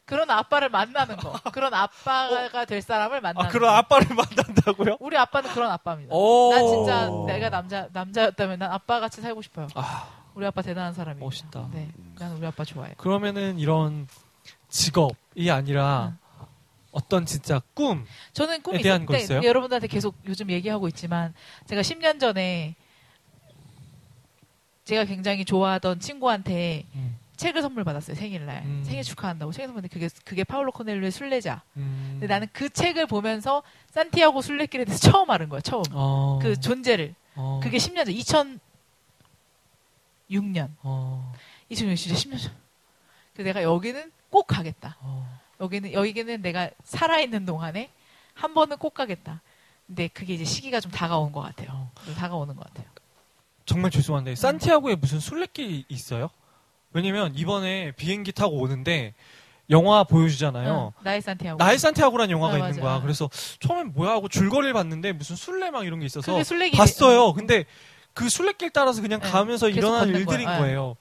그런 아빠를 만나는 거. 그런 아빠가 될 사람을 만나는
아 그런
거.
아빠를 [laughs] 어. 만난다고요?
우리 아빠는 그런 아빠입니다.
오.
난 진짜 내가 남자 남자였다면 난 아빠 같이 살고 싶어요.
아
우리 아빠 대단한 사람입니다.
멋있다.
네, 난 우리 아빠 좋아해.
그러면은 이런 직업이 아니라 어떤 진짜 꿈.
저는 꿈이
대한 거
있었는데
있어요?
여러분들한테 계속 요즘 얘기하고 있지만 제가 10년 전에 제가 굉장히 좋아하던 친구한테
음.
책을 선물 받았어요 생일날
음.
생일 축하한다고 책을 선물 받는데 그게 그게 파울로 코넬로의 순례자.
음.
근데 나는 그 책을 보면서 산티아고 순례길에 대해서 처음 알은 거야 처음
어.
그 존재를
어.
그게 10년 전 2006년
어.
2006년 진짜 10년 전. 그 내가 여기는 꼭 가겠다.
어.
여기는 여기는 내가 살아 있는 동안에 한 번은 꼭 가겠다. 근데 그게 이제 시기가 좀 다가온 것 같아요. 좀 다가오는 것 같아요.
정말 죄송한데
네.
산티아고에 무슨 순례길 있어요? 왜냐면 이번에 비행기 타고 오는데 영화 보여주잖아요.
응, 나의 산티아고.
나의 산티아고라는 영화가
아,
있는
맞아.
거야. 그래서 처음엔 뭐야 하고 줄거리를 봤는데 무슨 순례 막 이런 게 있어서
그게 순례길
봤어요. 근데 그 순례길 따라서 그냥
네,
가면서
계속
일어난
걷는
일들인
거야.
거예요.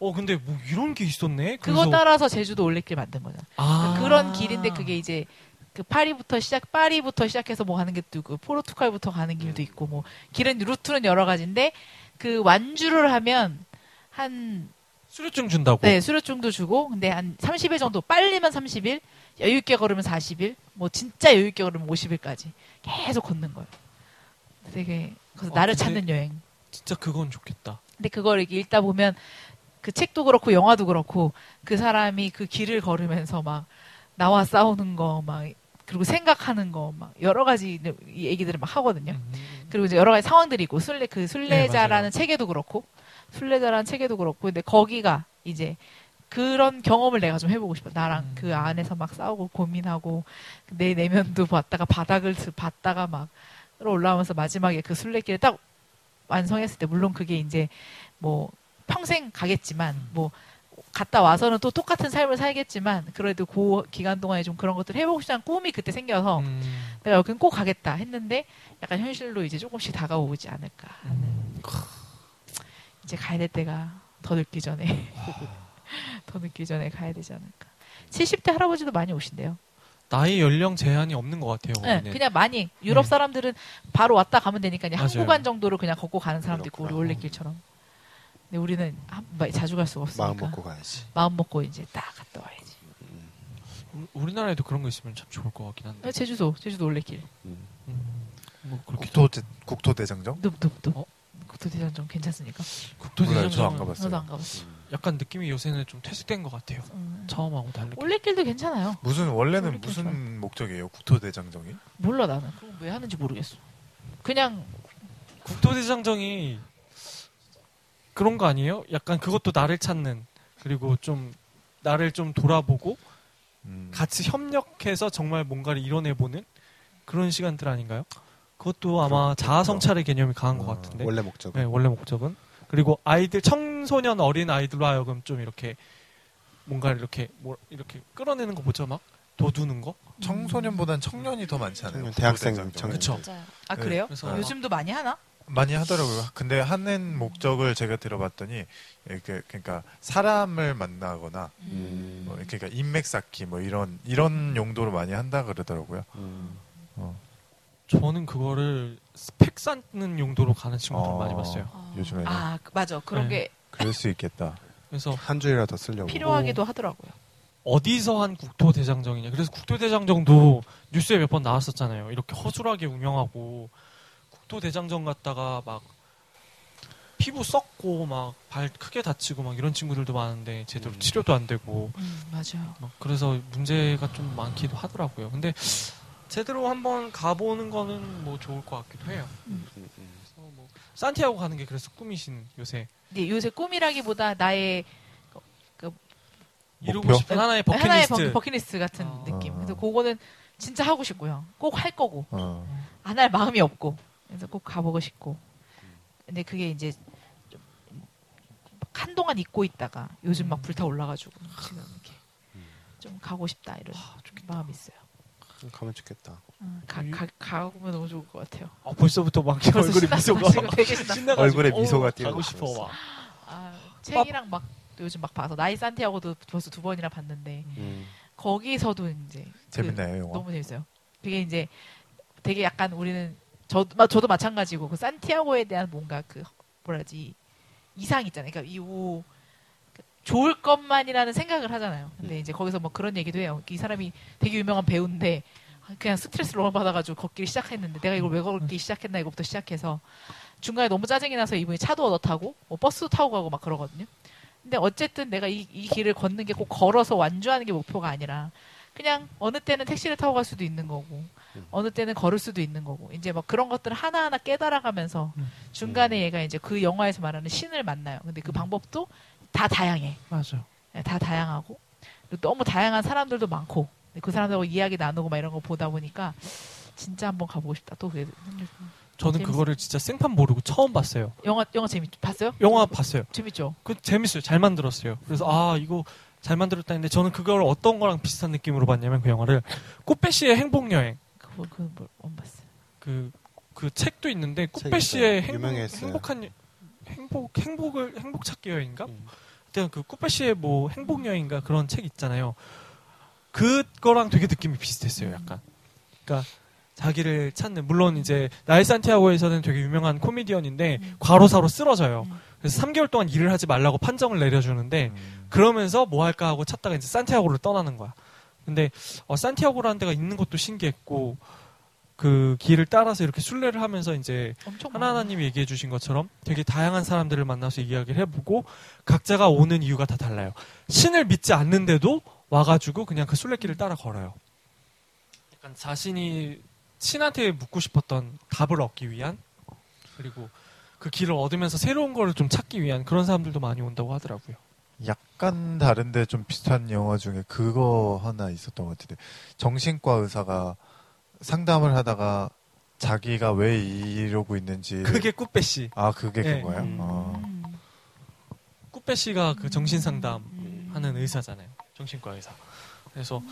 어 근데 뭐 이런 게 있었네.
그거
그래서-
따라서 제주도 올레길 만든 거잖아.
아.
그러니까 그런 길인데 그게 이제 그 파리부터 시작 파리부터 시작해서 뭐 하는 게또 있고 포르투갈부터 가는 길도 있고 뭐 길은 루트는 여러 가지인데 그 완주를 하면 한
수료증 준다고.
네, 수료증도 주고, 근데 한 30일 정도, 빨리면 30일, 여유있게 걸으면 40일, 뭐 진짜 여유있게 걸으면 50일까지 계속 걷는 거예요. 되게, 그래서
어,
나를
근데-
찾는 여행.
진짜 그건 좋겠다.
근데 그걸 이렇게 읽다 보면 그 책도 그렇고 영화도 그렇고 그 사람이 그 길을 걸으면서 막 나와 싸우는 거 막 그리고 생각하는 거 막 여러 가지 이 얘기들을 막 하거든요.
음.
그리고 이제 여러 가지 상황들이 있고 순례 그 순례자라는 책에도 그렇고 순례자라는 책에도 그렇고 근데 거기가 이제 그런 경험을 내가 좀 해보고 싶어. 나랑
음.
그 안에서 막 싸우고 고민하고 내 내면도 봤다가 바닥을 드- 봤다가 막 올라오면서 마지막에 그 순례길 딱 완성했을 때 물론 그게 이제 뭐 평생 가겠지만 뭐 갔다 와서는 또 똑같은 삶을 살겠지만 그래도 그 기간 동안에 좀 그런 것들 을 해보고 싶다는 꿈이 그때 생겨서
음.
내가 여긴 꼭 가겠다 했는데 약간 현실로 이제 조금씩 다가오지 않을까 하는 이제 가야 될 때가 더 늦기 전에 [laughs] 더 늦기 전에 가야 되지 않을까 70대 할아버지도 많이 오신대요
나이 연령 제한이 없는 것
어,
같아요.
네,
거기는.
그냥 많이 유럽
네.
사람들은 바로 왔다 가면 되니까 그냥 한
맞아요.
구간 정도로 그냥 걷고 가는 사람도 있고 우리
그렇구나.
올레길처럼 근데 우리는 한- 마- 자주 갈 수가 없으니까
마음 먹고 가야지.
마음 먹고 이제 딱 갔다 와야지
우- 우리나라에도 그런 거 있으면 참 좋을 것 같긴 한데.
어, 제주도 제주도 올레길
음.
음, 뭐 그렇게
국토 국토대장정?
눕눕눕
어?
국토대장정 괜찮습니까?
국토
몰라요. 저안
대장정은
가봤어요.
저도 안 가봤어.
음.
약간 느낌이 요새는 좀 퇴색된 것 같아요. 어?
음.
처음하고 다르게.
올레길도 괜찮아요.
무슨 원래는
그렇게 좋아요.
무슨 목적이에요? 국토대장정이?
몰라 나는. 그럼 왜 하는지 모르겠어. 그냥
국토대장정이 그런 거 아니에요? 약간 그것도 나를 찾는 그리고 좀 나를 좀 돌아보고
음.
같이 협력해서 정말 뭔가를 이뤄내보는 그런 시간들 아닌가요? 그것도 아마 자아성찰의 개념이 강한 것 같은데.
원래 목적은
네, 원래 목적은 그리고 아이들 청소년 어린 아이들로 하여금 좀 이렇게 뭔가 이렇게 뭐 이렇게 끌어내는 거 보죠 막 도두는 거
청소년보단 청년이 더 많잖아요.
청년, 대학생,
국토대장정은.
청년.
그쵸
맞아요.
아
네,
그래요?
그래서
요즘도 많이 하나?
많이 하더라고요. 근데 하는 목적을 제가 들어봤더니 이렇게 그러니까 사람을 만나거나
음.
뭐 그러니까 인맥 쌓기 뭐 이런 이런 용도로 많이 한다 그러더라고요.
음.
저는 그거를 스펙 쌓는 용도로 가는 친구들
어.
많이 봤어요
어.
요즘에는
아 그- 맞아. 그런
네.
그럴 수 있겠다.
그래서
한 줄이라 더 쓰려고.
게 필요하기도 하더라고요.
어디서 한 국토대장정이냐 그래서 국토대장정도 뉴스에 몇 번 나왔었잖아요 이렇게 허술하게 운영하고 국토대장정 갔다가 막 피부 썩고 막 발 크게 다치고 막 이런 친구들도 많은데 제대로
음.
치료도 안 되고
음, 맞아요.
막 그래서 문제가 좀 많기도 하더라고요. 근데 제대로 한번 가보는 거는 뭐 좋을 것 같기도 해요.
음, 음.
그래서 뭐 산티아고 가는 게 그래서 꿈이신 요새
근데 요새 꿈이라기보다 나의
이루고
목표?
싶은 하나의
그 하나의
버킷리스트.
버- 버킷리스트 어. 같은
아.
느낌. 그래서 그거는 진짜 하고 싶고요. 꼭 할 거고
어.
안 할 마음이 없고 그래서 꼭 가보고 싶고. 근데 그게 이제 좀 한동안 잊고 있다가 요즘 막
음.
불타 올라가지고 지금 이렇게 좀 가고 싶다 아, 이런 마음이 있어요.
가면 좋겠다.
가, 가, 가보면 너무 좋을 것 같아요.
아, 벌써부터 막
벌써
얼굴에
신났어.
미소가
지금 되게 신났어.
신나가지고
얼굴에
어우,
미소가
가고
띄어가지고
싶어 막.
아, 책이랑 막 요즘 막 봐서 나이 산티아고도 벌써 두 번이나 봤는데
음.
거기서도 이제 그-
재밌나요 영화?
너무 재밌어요. 그게 이제 되게 약간 우리는 저 마- 저도 마찬가지고 그 산티아고에 대한 뭔가 그 뭐라지 이상 있잖아요. 그러니까 이오 그 좋을 것만이라는 생각을 하잖아요.
음.
근데 이제 거기서 뭐 그런 얘기도 해요. 이 사람이 되게 유명한 배우인데 그냥 스트레스를 너무 받아가지고 걷기를 시작했는데 내가 이걸 왜 걷기 시작했나 이거부터 시작해서 중간에 너무 짜증이 나서 이분이 차도 얻어 타고 뭐 버스도 타고 가고 막 그러거든요. 근데 어쨌든 내가 이, 이 길을 걷는 게 꼭 걸어서 완주하는 게 목표가 아니라 그냥 어느 때는 택시를 타고 갈 수도 있는 거고
음.
어느 때는 걸을 수도 있는 거고 이제 막 그런 것들을 하나하나 깨달아가면서
음.
중간에 얘가 이제 그 영화에서 말하는 신을 만나요. 근데 그 방법도 다 다양해.
맞아.
네, 다 다양하고 그리고 너무 다양한 사람들도 많고 근데 그 사람들하고 이야기 나누고 막 이런 거 보다 보니까 진짜 한번 가보고 싶다. 또 그게
저는
재밌어.
그거를 진짜 생판 모르고 처음 봤어요.
영화 영화 재밌 봤어요?
영화 봤어요.
재밌죠.
그 재밌어요. 잘 만들었어요. 그래서 아 이거 잘 만들었다는데 저는 그걸 어떤 거랑 비슷한 느낌으로 봤냐면 그 영화를 꽃배씨의 행복 여행
그거 그뭘안 봤어요.
그 그 책도 있는데
책
꽃배씨의
있어요.
행복,
유명했어요.
행복한 여- 행복 행복을 행복 찾기 여행인가?
음.
그때 그 꽃배씨의 뭐 행복 여행인가 그런 책 있잖아요. 그거랑 되게 느낌이 비슷했어요. 약간 그러니까 자기를 찾는 물론 이제 나이 산티아고에서는 되게 유명한 코미디언인데
음.
과로사로 쓰러져요.
음.
그래서 3개월 동안 일을 하지 말라고 판정을 내려주는데
음.
그러면서 뭐 할까 하고 찾다가 이제 산티아고를 떠나는 거야. 근데 어, 산티아고라는 데가 있는 것도 신기했고 그 길을 따라서 이렇게 순례를 하면서 이제
엄청 많아요.
하나하나님이 얘기해 주신 것처럼 되게 다양한 사람들을 만나서 이야기를 해보고 각자가 오는 이유가 다 달라요. 신을 믿지 않는데도 와가지고 그냥 그 순례길을 따라 걸어요. 약간 자신이 신한테 묻고 싶었던 답을 얻기 위한 그리고 그 길을 얻으면서 새로운 거를 좀 찾기 위한 그런 사람들도 많이 온다고 하더라고요.
약간 다른데 좀 비슷한 영화 중에 그거 하나 있었던 것 같은데 정신과 의사가 상담을 하다가 자기가 왜 이러고 있는지
그게 꾸빼 씨.
아 그게
네.
그거예요?
음.
어.
음.
꾸빼 씨가 그 정신 상담
음.
하는 의사잖아요. 정신과 의사. 그래서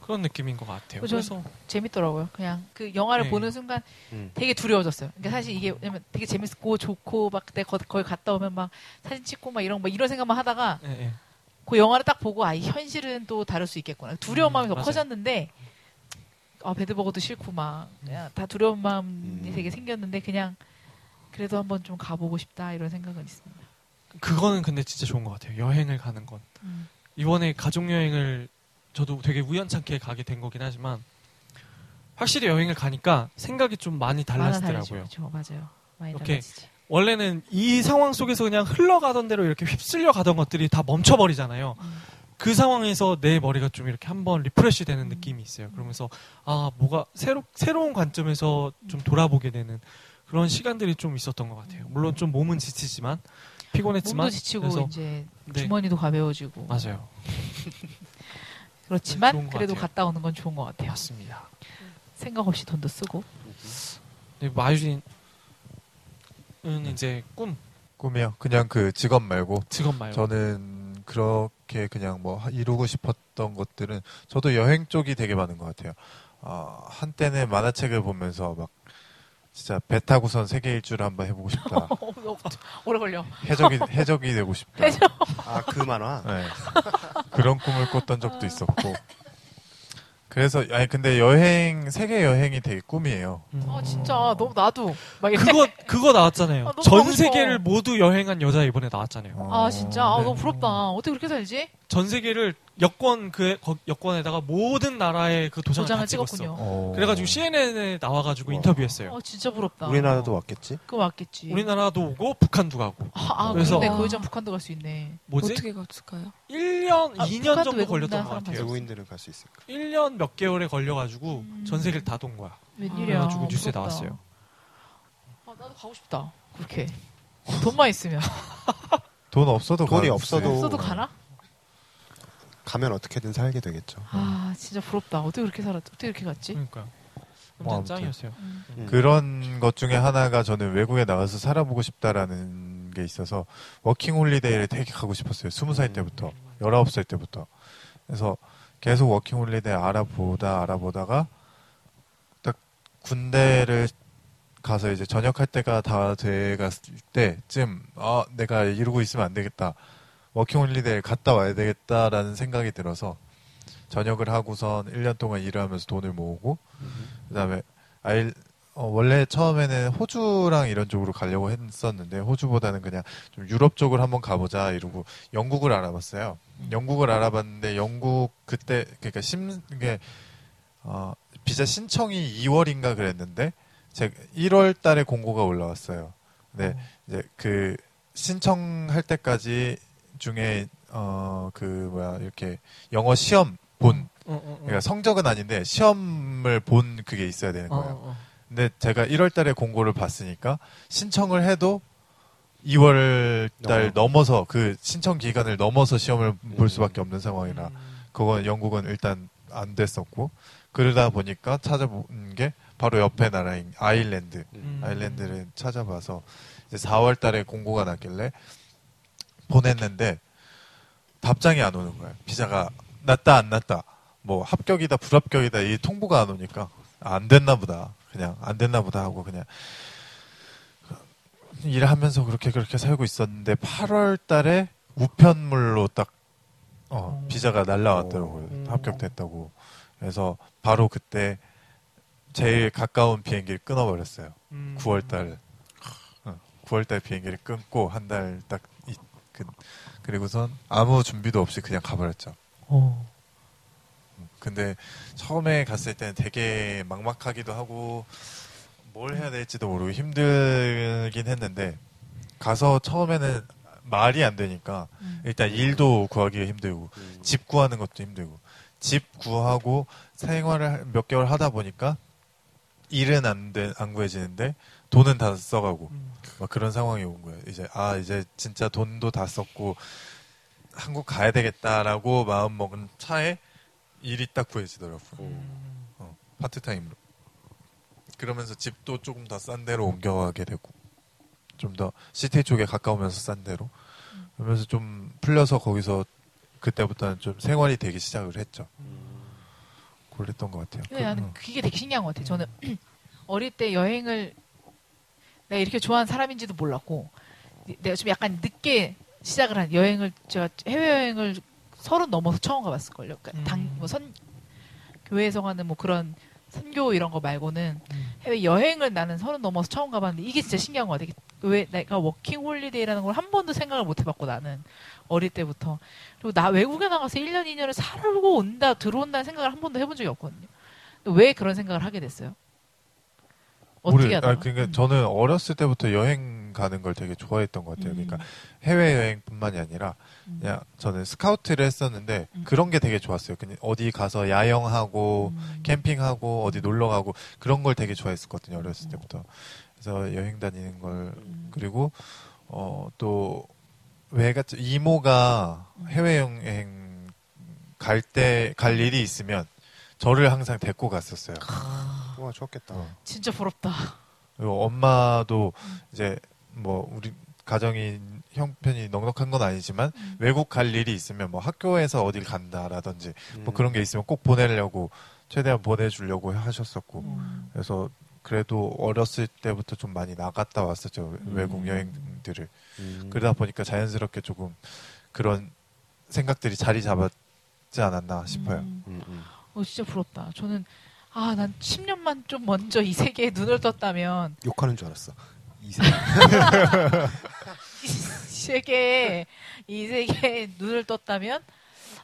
그런 느낌인 것 같아요.
그죠.
그래서
재밌더라고요. 그냥 그 영화를
예.
보는 순간
음.
되게 두려워졌어요. 그러니까 사실 이게 왜냐면 되게 재밌고 좋고 막 그때 거, 거기 갔다 오면 막 사진 찍고 막 이런 막 이런 생각만 하다가
예, 예.
그 영화를 딱 보고 아, 이 현실은 또 다를 수 있겠구나. 두려운
음,
마음이 더
맞아요.
커졌는데 아, 배드버거도 싫고 막
음.
그냥 다 두려운 마음이
음.
되게 생겼는데 그냥 그래도 한번 좀 가보고 싶다 이런 생각은 있습니다.
그거는 근데 진짜 좋은 것 같아요. 여행을 가는 건.
음.
이번에 가족 여행을 저도 되게 우연찮게 가게 된 거긴 하지만 확실히 여행을 가니까 생각이 좀 많이 달라지더라고요.
그렇죠. 맞아요. 많이
이렇게
달라지지.
원래는 이 상황 속에서 그냥 흘러가던 대로 이렇게 휩쓸려 가던 것들이 다 멈춰버리잖아요.
음.
그 상황에서 내 머리가 좀 이렇게 한번 리프레시 되는 느낌이 있어요. 그러면서 아 뭐가 새로 새로운 관점에서 좀 돌아보게 되는 그런 시간들이 좀 있었던 것 같아요. 물론 좀 몸은 지치지만 피곤했지만
몸도 지치고
그래서-
이제
네.
주머니도 가벼워지고
맞아요.
그렇지만
좋은 것
그래도
같아요.
갔다 오는 건 좋은 것 같아요.
맞습니다.
생각 없이
[laughs]
돈도 쓰고
네, 마유진은 이제 꿈
꿈이요? 그냥 그 직업 말고
직업 말고
저는 그렇게 그냥 뭐 하- 이루고 싶었던 것들은 저도 여행 쪽이 되게 많은 것 같아요. 아, 한때는 만화책을 보면서 막 진짜 배 타고선 세계 일주를 한번 해보고 싶다.
어, 너무 오래 걸려.
어,
해적이 해적이 되고 싶다.
아 그 만화.
네. 그런 꿈을 꿨던 적도 있었고. 그래서 아니 근데 여행 세계 여행이 되게 꿈이에요.
음.
어 진짜 너무 나도 막 이래.
그거 그거 나왔잖아요.
아, 너무
전
가고 싶어.
세계를 모두 여행한 여자 이번에 나왔잖아요. 네.
아 진짜 아,
어,
너무 부럽다. 어떻게 그렇게 살지?
전 세계를 여권 그 거- 여권에다가 모든 나라의 그 도장을,
도장을
다 찍었어.
찍었군요.
어.
그래가지고 CNN에 나와가지고
와.
인터뷰했어요.
어 예. 진짜 부럽다.
우리나라도 왔겠지?
그거 맞겠지.
우리나라도 오고 북한도 가고
아, 아
그래서-
근데 그거 전 북한도 갈 수 있네.
뭐지?
어떻게 가을까요?
1년,
아,
2년
북한도
정도
외국
걸렸던
문화
것 같아요.
사람
외국인들은 갈 수 있을까?
1년 몇 개월에 걸려가지고
음.
전 세계를 다 돈 거야.
웬일이야.
그래가지고 뉴스에
부럽다.
나왔어요.
아, 나도 가고 싶다. 그렇게 돈만 있으면
돈 없어도
돈이
가지.
[laughs]
없어도.
없어도 가나?
가면 어떻게든 살게 되겠죠.
아 진짜 부럽다. 어떻게 그렇게 살았? 어떻게 이렇게 갔지?
그러니까
뭐,
완전
아무튼.
짱이었어요.
음.
그런 것 중에 하나가 저는 외국에 나가서 살아보고 싶다라는 게 있어서 워킹 홀리데이를 되게 가고 싶었어요. 스무 살 때부터 열아홉 살 때부터 그래서 계속 워킹 홀리데이 알아보다 알아보다가 딱 군대를 가서 이제 전역할 때가 다 돼갔을 때쯤 아 내가 이러고 있으면 안 되겠다 워킹 홀리데이 갔다 와야 되겠다라는 생각이 들어서 전역을 하고선 1년 동안 일하면서 돈을 모으고 그다음에 아일 어, 원래 처음에는 호주랑 이런 쪽으로 가려고 했었는데 호주보다는 그냥 좀 유럽 쪽을 한번 가보자 이러고 영국을 알아봤어요. 영국을 알아봤는데 영국 그때 그러니까 심 이게 어, 비자 신청이 2월인가 그랬는데 제 1월 달에 공고가 올라왔어요. 네, 이제 그 신청할 때까지 중에 어 그 뭐야 이렇게 영어 시험 본
어, 어, 어.
그러니까 성적은 아닌데 시험을 본 그게 있어야 되는
어,
거예요.
어, 어.
근데 제가 1월 달에 공고를 봤으니까 신청을 해도 2월 달
어.
넘어서 그 신청 기간을 넘어서 시험을
음.
볼 수밖에 없는 상황이라 그건 영국은 일단 안 됐었고 그러다 보니까 찾아본 게 바로 옆에 나라인 아일랜드
음.
아일랜드를 찾아봐서 이제 4월 달에 공고가 났길래 보냈는데 답장이 안 오는 거예요. 비자가 났다 안 났다 뭐 합격이다 불합격이다 이 통보가 안 오니까 아, 안 됐나 보다 그냥 안 됐나 보다 하고 그냥 일하면서 그렇게 그렇게 살고 있었는데 8월 달에 우편물로 딱 어,
어.
비자가 날라왔더라고요.
음.
합격됐다고. 그래서 바로 그때 제일 가까운 비행기를 끊어버렸어요.
음.
9월 달 9월 달 비행기를 끊고 한 달 딱 그, 리고선 아무 준비도 없이 그냥 가버렸죠.
어.
근데 처음에 갔을 때는 되게 막막하기도 하고 뭘 해야 될지도 모르고 힘들긴 했는데 가서 처음에는 말이 안 되니까
음.
일단 일도 구하기가 힘들고 집 구하는 것도 힘들고 집 구하고 생활을 할- 몇 개월 하다 보니까 일은 안, 돼, 안 구해지는데 돈은 다 써가고
음.
막 그런 상황이 온 거예요. 이제 아 이제 진짜 돈도 다 썼고 한국 가야 되겠다라고 마음 먹은 차에 일이 딱 구해지더라고요.
음.
어, 파트타임으로. 그러면서 집도 조금 더 싼 데로 옮겨가게 되고 좀 더 시티 쪽에 가까우면서 싼 데로 그러면서 좀 풀려서 거기서 그때부터는 좀 생활이 되기 시작을 했죠. 그랬던 것 같아요.
근데 나는
어.
네, 그게 되게 신기한 것 같아요. 저는 [clears throat] 어릴 때 여행을 내가 이렇게 좋아하는 사람인지도 몰랐고 내가 좀 약간 늦게 시작을 한 여행을 제가 해외 여행을 서른 넘어서 처음 가봤을 걸요. 그러니까 당,
음.
뭐 선, 교회에서 가는 뭐 그런 선교 이런 거 말고는
음.
해외 여행을 나는 서른 넘어서 처음 가봤는데 이게 진짜 신기한 것 같아. 왜 내가 워킹 홀리데이라는 걸 한 번도 생각을 못 해봤고 나는 어릴 때부터 그리고 나 외국에 나가서 1년 2년을 살고 온다 들어온다는 생각을 한 번도 해본 적이 없거든요. 근데 왜 그런 생각을 하게 됐어요? 어떻게
모르-
하다가?
아, 그러니까 저는 어렸을 때부터 여행 가는 걸 되게 좋아했던 것 같아요. 그러니까 해외 여행뿐만이 아니라
음.
그냥 저는 스카우트를 했었는데
음.
그런 게 되게 좋았어요. 그냥 어디 가서 야영하고
음.
캠핑하고 어디 놀러 가고 그런 걸 되게 좋아했었거든요. 어렸을 때부터. 그래서 여행 다니는 걸 그리고 어또 외가 이모가 해외 여행 갈 때 갈 일이 있으면 저를 항상 데리고 갔었어요.
와 좋았겠다.
진짜 부럽다.
그리고 엄마도
음.
이제 뭐 우리 가정이 형편이 넉넉한 건 아니지만
음.
외국 갈 일이 있으면 뭐 학교에서 어딜 간다라든지
음.
뭐 그런 게 있으면 꼭 보내려고 최대한 보내주려고 하셨었고
음.
음.
그래서 그래도 어렸을 때부터 좀 많이 나갔다 왔었죠
음.
외국 여행들을
음.
그러다 보니까 자연스럽게 조금 그런 생각들이 자리 잡았지 않았나 싶어요.
음.
음, 음.
어, 진짜 부럽다. 저는 아 난 10년만 좀 먼저 이 세계에 눈을 떴다면 [laughs]
욕하는 줄 알았어. 이세.
이 세계에 이 세계에 눈을 떴다면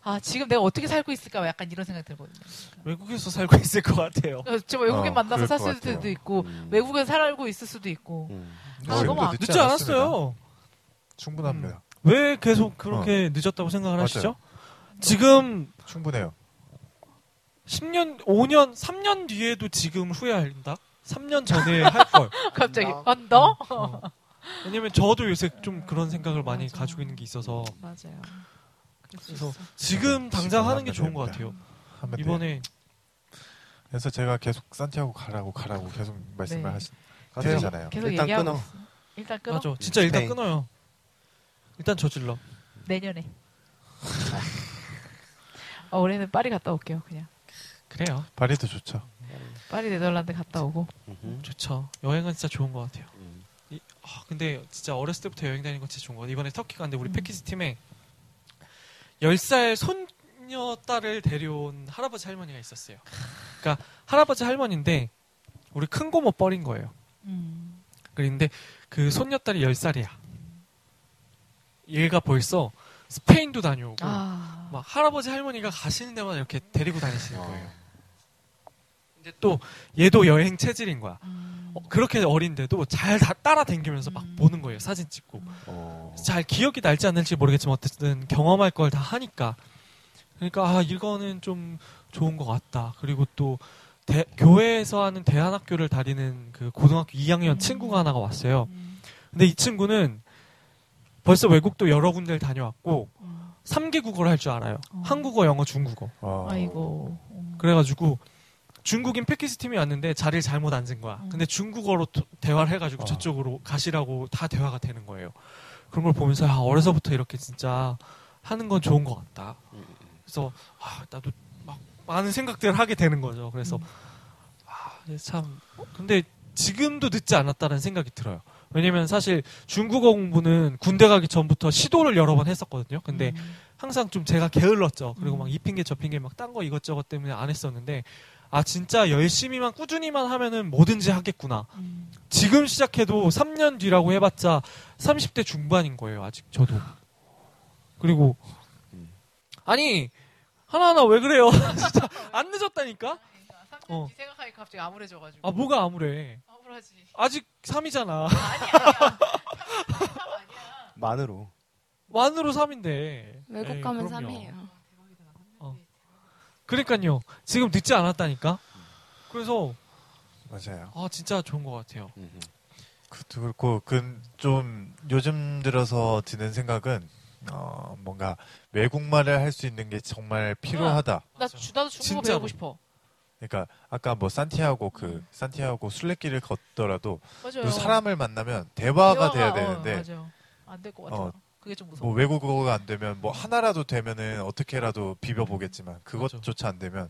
아 지금 내가 어떻게 살고 있을까 약간 이런 생각이 들거든요.
외국에서 살고 [laughs] 있을 것 같아요.
그러니까 정말 외국인
어,
만나서
그럴 것
살 수도
같아요.
있고
음.
뭐 외국에서 살고 있을 수도 있고
음.
아,
지금도
너무 아-
늦지 않았어요. 음.
충분합니다.
왜 계속 그렇게 늦었다고 생각을
어. 맞아요.
하시죠? 지금
충분해요.
10년, 5년, 3년 뒤에도 지금 후회한다? 3년 전에 할 걸.
[laughs] 갑자기 아, 너?
어. 왜냐면 저도 요새 좀 그런 생각을 많이 가지고 있는 게 있어서
맞아요.
그래서 네, 지금 네. 당장 하는 게 좋은 것 같아요.
하면 돼요.
이번에
그래서 제가 계속 산티아고 가라고 가라고 계속 말씀을
네.
하시-
가자.
되잖아요.
계속
일단
얘기하고
끊어.
있어. 일단 끊어.
맞아. 진짜 일단
스페인.
끊어요. 일단 저질러.
내년에. 어, 올해는 파리 갔다 올게요. 그냥
그래요.
파리도 좋죠.
파리 네덜란드 갔다 오고.
음.
좋죠. 여행은 진짜 좋은 것 같아요.
음.
이- 아, 근데 진짜 어렸을 때부터 여행 다니는 건 진짜 좋은 것 같아요. 이번에 터키 갔는데 우리 패키지 팀에 10살 손녀 딸을 데려온 할아버지 할머니가 있었어요. 그러니까 할아버지 할머니인데 우리 큰 고모 뻘인 거예요.
음.
그런데 그 손녀딸이 10살이야. 얘가 벌써 스페인도 다녀오고
아.
막 할아버지 할머니가 가시는 데만 이렇게 데리고 다니시는 거예요. 근데 또 얘도 여행 체질인 거야.
음.
어, 그렇게 어린데도 뭐 잘 다- 따라 댕기면서 막
음.
보는 거예요. 사진 찍고.
어.
잘 기억이 날지 않을지 모르겠지만 어쨌든 경험할 걸 다 하니까. 그러니까 아 이거는 좀 좋은 것 같다. 그리고 또 대- 교회에서 하는 대안학교를 다니는 그 고등학교 2학년
음.
친구가 하나가 왔어요.
음.
근데 이 친구는 벌써 외국도 여러 군데를 다녀왔고
음.
3개 국어를 할 줄 알아요.
어.
한국어, 영어, 중국어.
어,
아이고. 음.
그래가지고 중국인 패키지 팀이 왔는데 자리를 잘못 앉은 거야.
음.
근데 중국어로 토- 대화를 해가지고
어.
저쪽으로 가시라고 다 대화가 되는 거예요. 그런 걸 보면서 아, 어려서부터 이렇게 진짜 하는 건 좋은 것 같다. 그래서 아, 나도 막 많은 생각들을 하게 되는 거죠. 그래서
음.
아, 참 근데 지금도 늦지 않았다는 생각이 들어요. 왜냐면 사실 중국어 공부는 군대 가기 전부터 시도를 여러 번 했었거든요. 근데
음.
항상 좀 제가 게을렀죠. 그리고
음.
막 이 핑계 저 핑계 막 딴 거 이것저것 때문에 안 했었는데 아 진짜 열심히만 꾸준히만 하면은 뭐든지 하겠구나.
음.
어.
지금 시작해도 3년 뒤라고 해봤자 30대 중반인 거예요. 아직 저도. 그리고 아니 하나하나 왜 그래요? [laughs] 진짜 안 늦었다니까? 어.
아, 삼년 뒤 생각하니까 갑자기 암울해져가지고.
어.
아 뭐가 아무래?
억울하지.
아직 3이잖아.
아니야. 아니야. 삼 아니야.
만으로.
만으로 3인데. 네,
외국 가면 3이에요.
그러니까요. 지금 늦지 않았다니까. 그래서
맞아요.
아 진짜 좋은 것 같아요.
그것도 그렇고 그 좀 요즘 들어서 드는 생각은 어, 뭔가 외국말을 할 수 있는 게 정말 필요하다.
나 주, 나도 중국어
진짜로.
배우고 싶어.
그러니까 아까 뭐 산티아고 그 산티아고 순례길을 걷더라도
맞아요.
그 사람을 만나면 대화가 돼야
어,
되는데
안될 것 같아.
어.
요 그게 좀 무서워.
뭐 외국어가 안 되면 뭐 하나라도 되면은 어떻게라도 비벼 보겠지만 그것조차 안 되면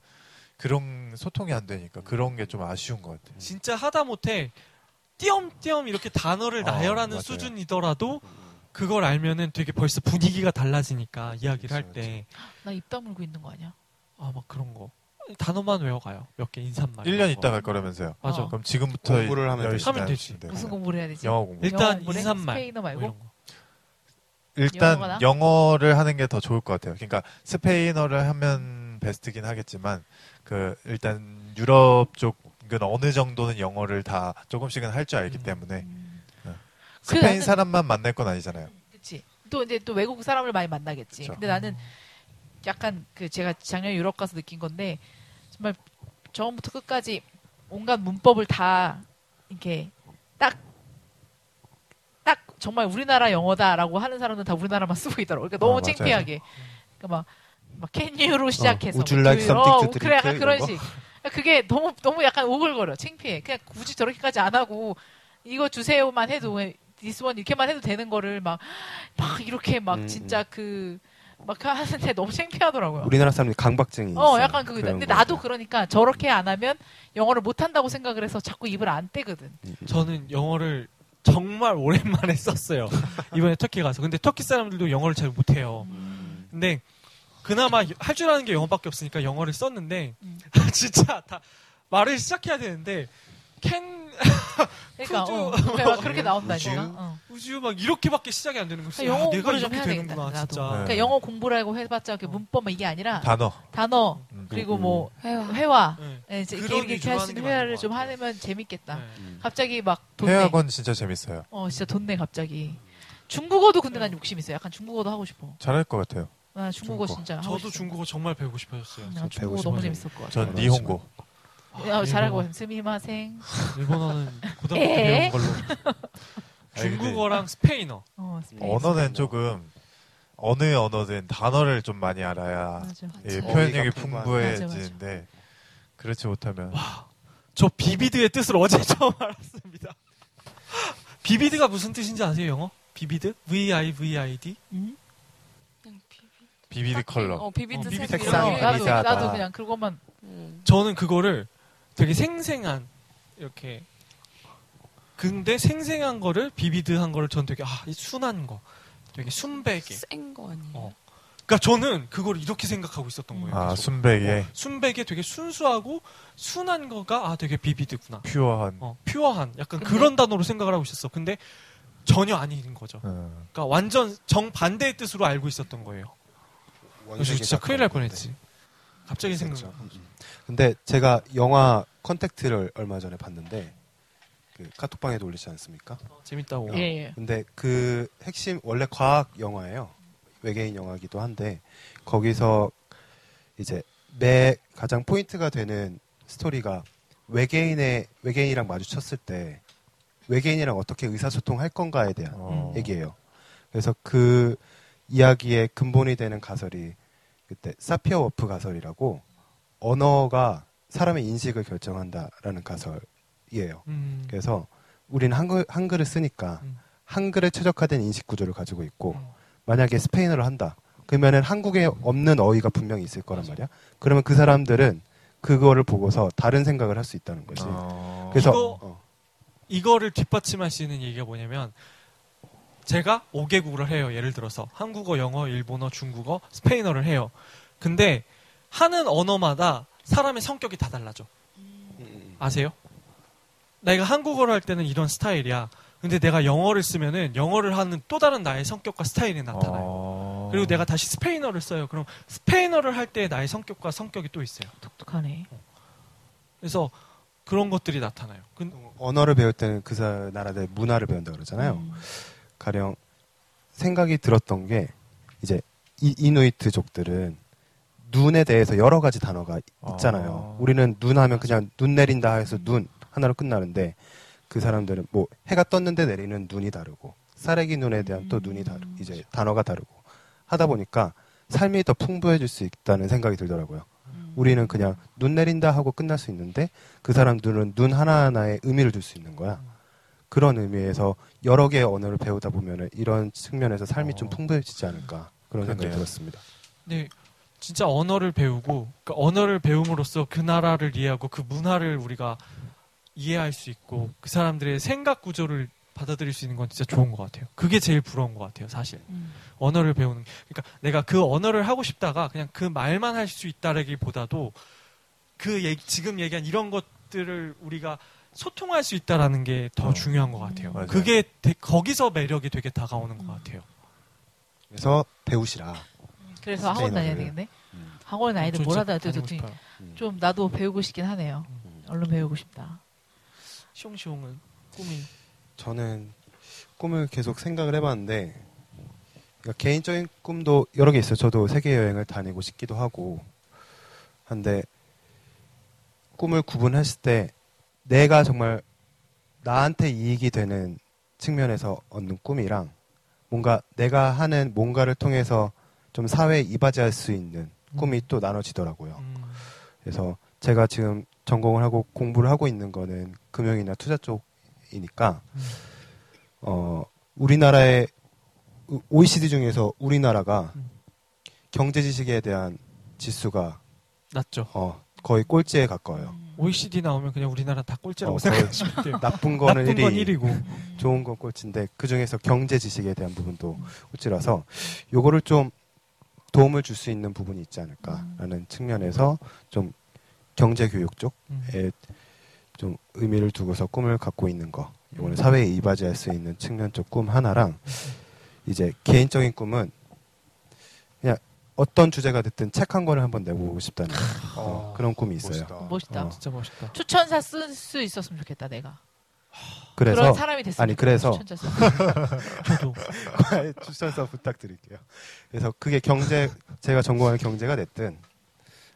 그런 소통이 안 되니까 그런 게 좀 아쉬운 것 같아요.
진짜 하다 못해 띄엄띄엄 이렇게 단어를
아,
나열하는
맞아요.
수준이더라도 그걸 알면은 되게 벌써 분위기가 달라지니까 이야기를 할 때 아 막
나 입 다물고 있는 거 아니야?
그런 거 단어만 외워가요. 몇 개 인사말.
1년
이런 거.
있다 갈 거라면서요.
맞아.
그럼 지금부터
공부를 하면 되지.
열심히
하면 되지.
음. 하시면 돼요.
무슨 공부를 해야 되지?
네. 영어 공부.
일단
영어 공부를 해?
인사말.
스페인어 말고?
뭐 이런 거.
일단
영어나?
영어를 하는 게 더 좋을 것 같아요. 그러니까 스페인어를 하면 베스트긴 하겠지만 그 일단 유럽 쪽은 어느 정도는 영어를 다 조금씩은 할 줄 알기
음.
때문에
그래,
네. 스페인
나는-
사람만 만날 건 아니잖아요.
그치. 또 이제 또 외국 사람을 많이 만나겠지.
그쵸.
근데 나는 약간 그 제가 작년 유럽 가서 느낀 건데 정말 처음부터 끝까지 온갖 문법을 다 이렇게 딱 딱 정말 우리나라 영어다라고 하는 사람들 다 우리나라만 쓰고 있더라고. 그러니까
아,
너무
맞아요.
창피하게. 그러니까 막막 캔유로 시작해서
어, would you like
뭐 어,
something to
그래 약간
drink?
그런
이런
식. 그러니까 그게 너무 너무 약간 오글거려. 창피해. 그냥 굳이 저렇게까지 안 하고 이거 주세요만 해도 그냥 this one 이렇게만 해도 되는 거를 막 막 이렇게 막
음,
진짜 그 막 하는데 [laughs] 너무 창피하더라고요.
우리나라 사람이 강박증이.
어,
있어요.
약간 그
그런
근데
거
나도
같아요.
그러니까 저렇게 안 하면 영어를 못 한다고 생각을 해서 자꾸 입을 안 떼거든.
음.
저는 영어를 정말 오랜만에 썼어요. 이번에 터키 가서. 근데 터키 사람들도 영어를 잘 못해요. 근데 그나마 할 줄 아는 게 영어밖에 없으니까 영어를 썼는데
음.
[laughs] 진짜 다 말을 시작해야 되는데 캔
그러니까
그죠. 네.
어, 그러니까 막 그렇게 나온다니까.
그죠.
어.
우주 막 이렇게밖에 시작이 안 되는 거지.
아, 영어
아, 내가
공부를 좀
이렇게
해야 되겠다.
되는구나
나도.
진짜.
네.
그러니까 영어 공부라고 해봤자 그 문법 막 이게 아니라
단어.
단어
음.
그리고
음.
뭐
회화.
회화
네.
예, 이제 이렇게
그런
이렇게
위주로
할
하는
수 있는
게 맞는
회화를
것
좀
같아요.
하면 재밌겠다.
네.
음.
갑자기 막 돈내.
해학원 진짜 재밌어요.
어 진짜 돈내 갑자기. 중국어도 근데 난 욕심 있어. 약간 중국어도 하고 싶어.
잘할 것 같아요.
나 중국어,
중국어.
진짜 하고
저도
싶어.
중국어 정말 배우고 싶어졌어요.
난 중국어
배우고
너무
싶어요.
재밌을 것 같아.
전 니홍고.
아, 잘하고 스미마생. [laughs]
일본어는 고등학교
에?
배운
[laughs]
걸로.
아니, 근데
중국어랑 스페인어.
어, 스페인.
언어는 조금 어느 언어든 단어를 좀 많이 알아야
맞아.
예,
맞아요.
표현력이
어휘가 풍부한.
풍부해지는데 그렇지 못하면
저 비비드의 뜻을 어제 [laughs] 처음 알았습니다. 비비드가 무슨 뜻인지 아세요, 영어? 비비드? V I V I D?
음?
그냥 비비.
비비드 컬러.
어, 비비드
어, 비비드
색.
나도,
색상.
나도,
의미사다.
나도 그냥 그것만
음.
저는 그거를 되게 생생한 이렇게 근데 생생한 거를 비비드한 거를 전 되게 아, 이 순한 거. 되게 순백에.
센거 아니에요?
어. 그러니까 저는 그걸 이렇게 생각하고 있었던 거예요.
아
계속.
순백의
순백에 되게 순수하고 순한 거가 아 되게 비비드구나.
퓨어한.
어, 퓨어한 약간 그런 단어로 생각을 하고 있었어. 근데 전혀 아닌 거죠.
음.
그러니까 완전 정반대의 뜻으로 알고 있었던 거예요. 그래서 진짜 큰일 날 뻔했지. 갑자기 생각나.
그렇죠. 음. 근데 제가 영화 컨택트를 얼마 전에 봤는데 그 카톡방에도 올리지 않습니까?
재밌다고.
어.
예, 예.
근데 그 핵심 원래 과학 영화예요. 외계인 영화기도 한데 거기서 이제 매 가장 포인트가 되는 스토리가 외계인의 외계인이랑 마주쳤을 때 외계인이랑 어떻게 의사소통할 건가에 대한
어.
얘기예요. 그래서 그 이야기의 근본이 되는 가설이 그때 사피어 워프 가설이라고 언어가 사람의 인식을 결정한다라는 가설이에요.
음.
그래서 우리는 한글, 한글을 쓰니까
음.
한글에 최적화된 인식 구조를 가지고 있고 만약에 스페인어를 한다 그러면은 한국에 없는 어휘가 분명히 있을 거란 말이야. 그러면 그 사람들은 그거를 보고서 다른 생각을 할 수 있다는 거지.
어.
그래서
아. 이거-
어,
이거를 뒷받침할 수 있는 얘기가 뭐냐면 제가 5개국을 해요. 예를 들어서 한국어, 영어, 일본어, 중국어, 스페인어를 해요. 근데 하는 언어마다 사람의 성격이 다 달라져. 아세요? 내가 한국어를 할 때는 이런 스타일이야. 근데 내가 영어를 쓰면은 영어를 하는 또 다른 나의 성격과 스타일이 나타나요.
어.
그리고 내가 다시 스페인어를 써요. 그럼 스페인어를 할 때 나의 성격과 성격이 또 있어요.
독특하네.
그래서 그런 것들이 나타나요. 근-
언어를 배울 때는 그 사- 나라의 문화를 배운다 그러잖아요.
음.
가령 생각이 들었던 게 이제 이, 이누이트족들은 눈에 대해서 여러 가지 단어가
아.
있잖아요. 우리는 눈 하면 그냥 눈 내린다 해서 눈 하나로 끝나는데 그 사람들은 뭐 해가 떴는데 내리는 눈이 다르고 사래기 눈에 대한 또 눈이 다르 이제 단어가 다르고 하다 보니까 삶이 더 풍부해질 수 있다는 생각이 들더라고요. 우리는 그냥 눈 내린다 하고 끝날 수 있는데 그 사람들은 눈 하나하나에 의미를 줄 수 있는 거야. 그런 의미에서 여러 개의 언어를 배우다 보면 이런 측면에서 삶이 좀
어.
풍부해지지 않을까 그런 생각이
그러네요.
들었습니다.
근데 진짜 언어를 배우고 그러니까 언어를 배움으로써 그 나라를 이해하고 그 문화를 우리가 이해할 수 있고 그 사람들의 생각 구조를 받아들일 수 있는 건 진짜 좋은 것 같아요. 그게 제일 부러운 것 같아요, 사실.
음.
언어를 배우는 그러니까 내가 그 언어를 하고 싶다가 그냥 그 말만 할 수 있다라기보다도 그 얘기, 지금 얘기한 이런 것들을 우리가 소통할 수 있다라는 게 더
어.
중요한 것 같아요.
맞아요.
그게 되- 거기서 매력이 되게 다가오는 것 같아요.
그래서 배우시라.
그래서 학원 다녀야
스페인어를.
되겠네.
음.
학원 아이들
저
뭘
진짜
하다
다니고
했더니
싶어요.
좀 나도 배우고 싶긴 하네요.
음.
얼른 배우고 싶다.
시옹시옹은 꿈이
저는 꿈을 계속 생각을 해봤는데 그러니까 개인적인 꿈도 여러 개 있어요. 저도 세계 여행을 다니고 싶기도 하고 한데 꿈을 구분했을 때 내가 정말 나한테 이익이 되는 측면에서 얻는 꿈이랑 뭔가 내가 하는 뭔가를 통해서 좀 사회에 이바지할 수 있는 꿈이 또 나눠지더라고요.
음,
그래서 제가 지금 전공을 하고 공부를 하고 있는 거는 금융이나 투자 쪽이니까
음.
어 우리나라의 우- OECD 중에서 우리나라가
음.
경제 지식에 대한 지수가
낫죠.
어 거의 꼴찌에 가까워요.
OECD 나오면 그냥 우리나라 다 꼴찌라고
어,
생각하시면 돼요. [laughs]
나쁜 거는
나쁜 건
1위,
예.
1위고.
음.
좋은 건 꼴찌인데 그 중에서 경제 지식에 대한 부분도 꼴찌라서 요거를 좀 도움을 줄 수 있는 부분이 있지 않을까라는 측면에서 좀 경제 교육 쪽
음,
에, 좀 의미를 두고서 꿈을 갖고 있는 거. 이거는 사회에 이바지할 수 있는 측면 쪽 꿈 하나랑 이제 개인적인 꿈은 그냥 어떤 주제가 됐든 책 한 권을 한번 내보고 싶다는
아,
어, 그런 꿈이 있어요.
멋있다.
어.
진짜 멋있다.
추천사 쓸 수 있었으면 좋겠다 내가.
그래서
그런 사람이 됐으면
아니,
좋겠다,
그래서-
추천사 쓰는.
저도
추천서 부탁드릴게요. 그래서 그게 경제 제가 전공하는 경제가 됐든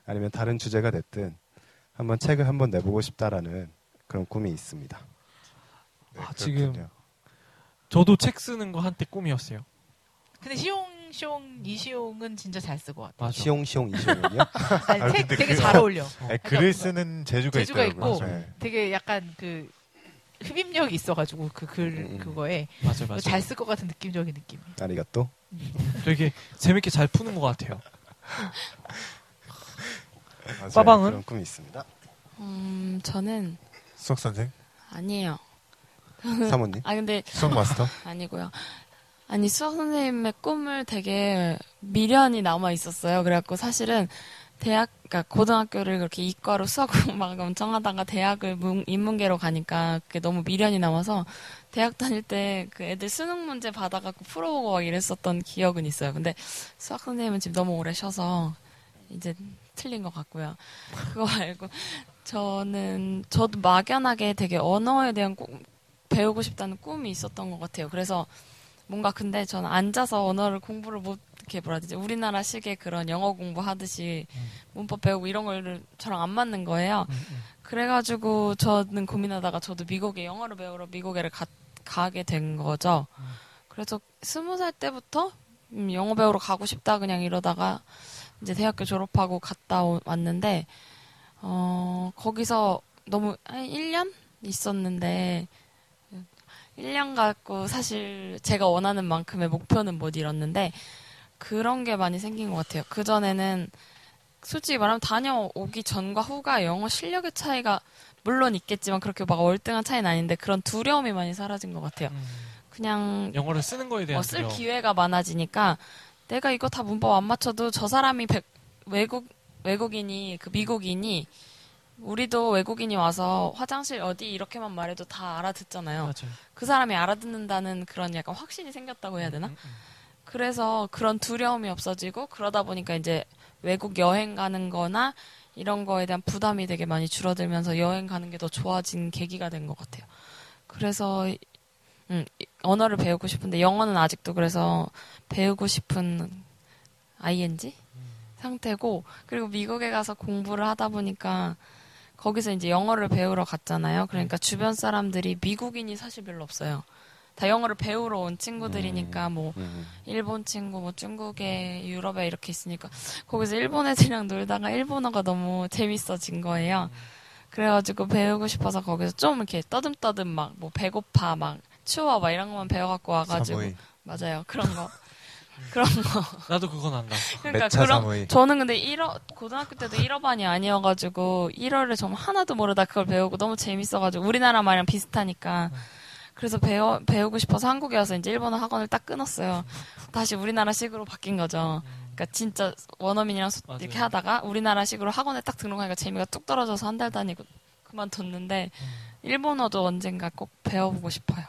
아니면 다른 주제가 됐든 한번 책을 한번 내보고 싶다라는 그런 꿈이 있습니다.
아, 지금 저도 책 쓰는 거 한때 꿈이었어요.
근데 시용 시용 이시용은 진짜 잘 쓰고 같아.
맞아.
시용 시용 이시용이요.
아니,
아,
책
근데
되게
그-
잘 어울려.
아니, 글을 쓰는 재주가,
재주가
있더라고요.
있고.
네.
되게 약간 그 흡입력이 있어가지고 그 글
음, 음.
그거에
맞아 맞아.
잘 쓸 것 같은 느낌적인 느낌.
아리가또.
되게 재밌게 잘 푸는 것 같아요.
맞아요.
빠방은?
그런 꿈이 있습니다.
음, 저는
수석 선생,
아니에요.
사모님.
아 근데
수석 마스터.
아니고요. 아니 수학 선생님의 꿈을 되게 미련이 남아 있었어요. 그래갖고 사실은 대학, 그러니까 고등학교를 그렇게 이과로 수학 [laughs] 공부만 엄청 하다가 대학을 문- 인문계로 가니까 그게 너무 미련이 남아서 대학 다닐 때 그 애들 수능 문제 받아갖고 풀어보고 막 이랬었던 기억은 있어요. 근데 수학 선생님은 지금 너무 오래 쉬어서 이제 틀린 것 같고요. 그거 말고 저는 저도 막연하게 되게 언어에 대한 꿈, 배우고 싶다는 꿈이 있었던 것 같아요. 그래서 뭔가 근데 저는 앉아서 언어를 공부를 못 이렇게 뭐라 해야 되지 우리나라식의 그런 영어 공부하듯이 문법 배우고 이런 거를 저랑 안 맞는
음,
거예요. 그래가지고 저는 고민하다가 저도 미국에 영어를 배우러 미국에를 가, 가게 된 거죠. 그래서 스무 살 때부터 음, 영어 배우러 가고 싶다 그냥 이러다가 이제 대학교 졸업하고 갔다 오- 왔는데 어 거기서 너무 한 1년 있었는데 1년 갖고 사실 제가 원하는 만큼의 목표는 못 이뤘는데 그런 게 많이 생긴 것 같아요. 그 전에는 솔직히 말하면 다녀오기 전과 후가 영어 실력의 차이가 물론 있겠지만 그렇게 막 월등한 차이는 아닌데 그런 두려움이 많이 사라진 것 같아요.
음.
그냥
영어를 쓰는 거에 대한
어, 쓸
두려움.
기회가 많아지니까 내가 이거 다 문법 안 맞춰도 저 사람이 백- 외국 외국인이 그 미국인이 우리도 외국인이 와서 화장실 어디 이렇게만 말해도 다 알아듣잖아요.
맞아요. 음,
그 사람이 알아듣는다는 그런 약간 확신이 생겼다고 해야 되나? 그래서 그런 두려움이 없어지고 그러다 보니까 이제 외국 여행 가는 거나 이런 거에 대한 부담이 되게 많이 줄어들면서 여행 가는 게 더 좋아진 계기가 된 것 같아요. 그래서 음, 이- 언어를 배우고 싶은데 영어는 아직도 그래서 배우고 싶은 ing 상태고 그리고 미국에 가서 공부를 하다 보니까 거기서 이제 영어를 배우러 갔잖아요. 그러니까 주변 사람들이 미국인이 사실 별로 없어요. 다 영어를 배우러 온 친구들이니까 뭐 일본 친구, 뭐 중국에, 유럽에 이렇게 있으니까 거기서 일본 애들이랑 놀다가 일본어가 너무 재밌어진 거예요. 그래가지고 배우고 싶어서 거기서 좀 이렇게 떠듬떠듬 막 뭐 배고파 막 추워 막 이런 것만 배워갖고 와가지고
사무이
맞아요 그런 거 [laughs] 그런 거
나도 그건 안다.
그러니까
매차
그런
사무이
저는 근데 1어 고등학교 때도 1어반이 아니어가지고 1어를 정말 하나도 모르다 그걸 배우고 너무 재밌어가지고 우리나라 말이랑 비슷하니까 그래서 배워 배우고 싶어서 한국에 와서 이제 일본어 학원을 딱 끊었어요. 다시 우리나라식으로 바뀐 거죠. 그러니까 진짜 원어민이랑 소-
맞아요.
이렇게 하다가 우리나라식으로 학원에 딱 등록하니까 재미가 뚝 떨어져서 한 달 다니고 그만뒀는데
음.
일본어도 언젠가 꼭 배워보고 싶어요.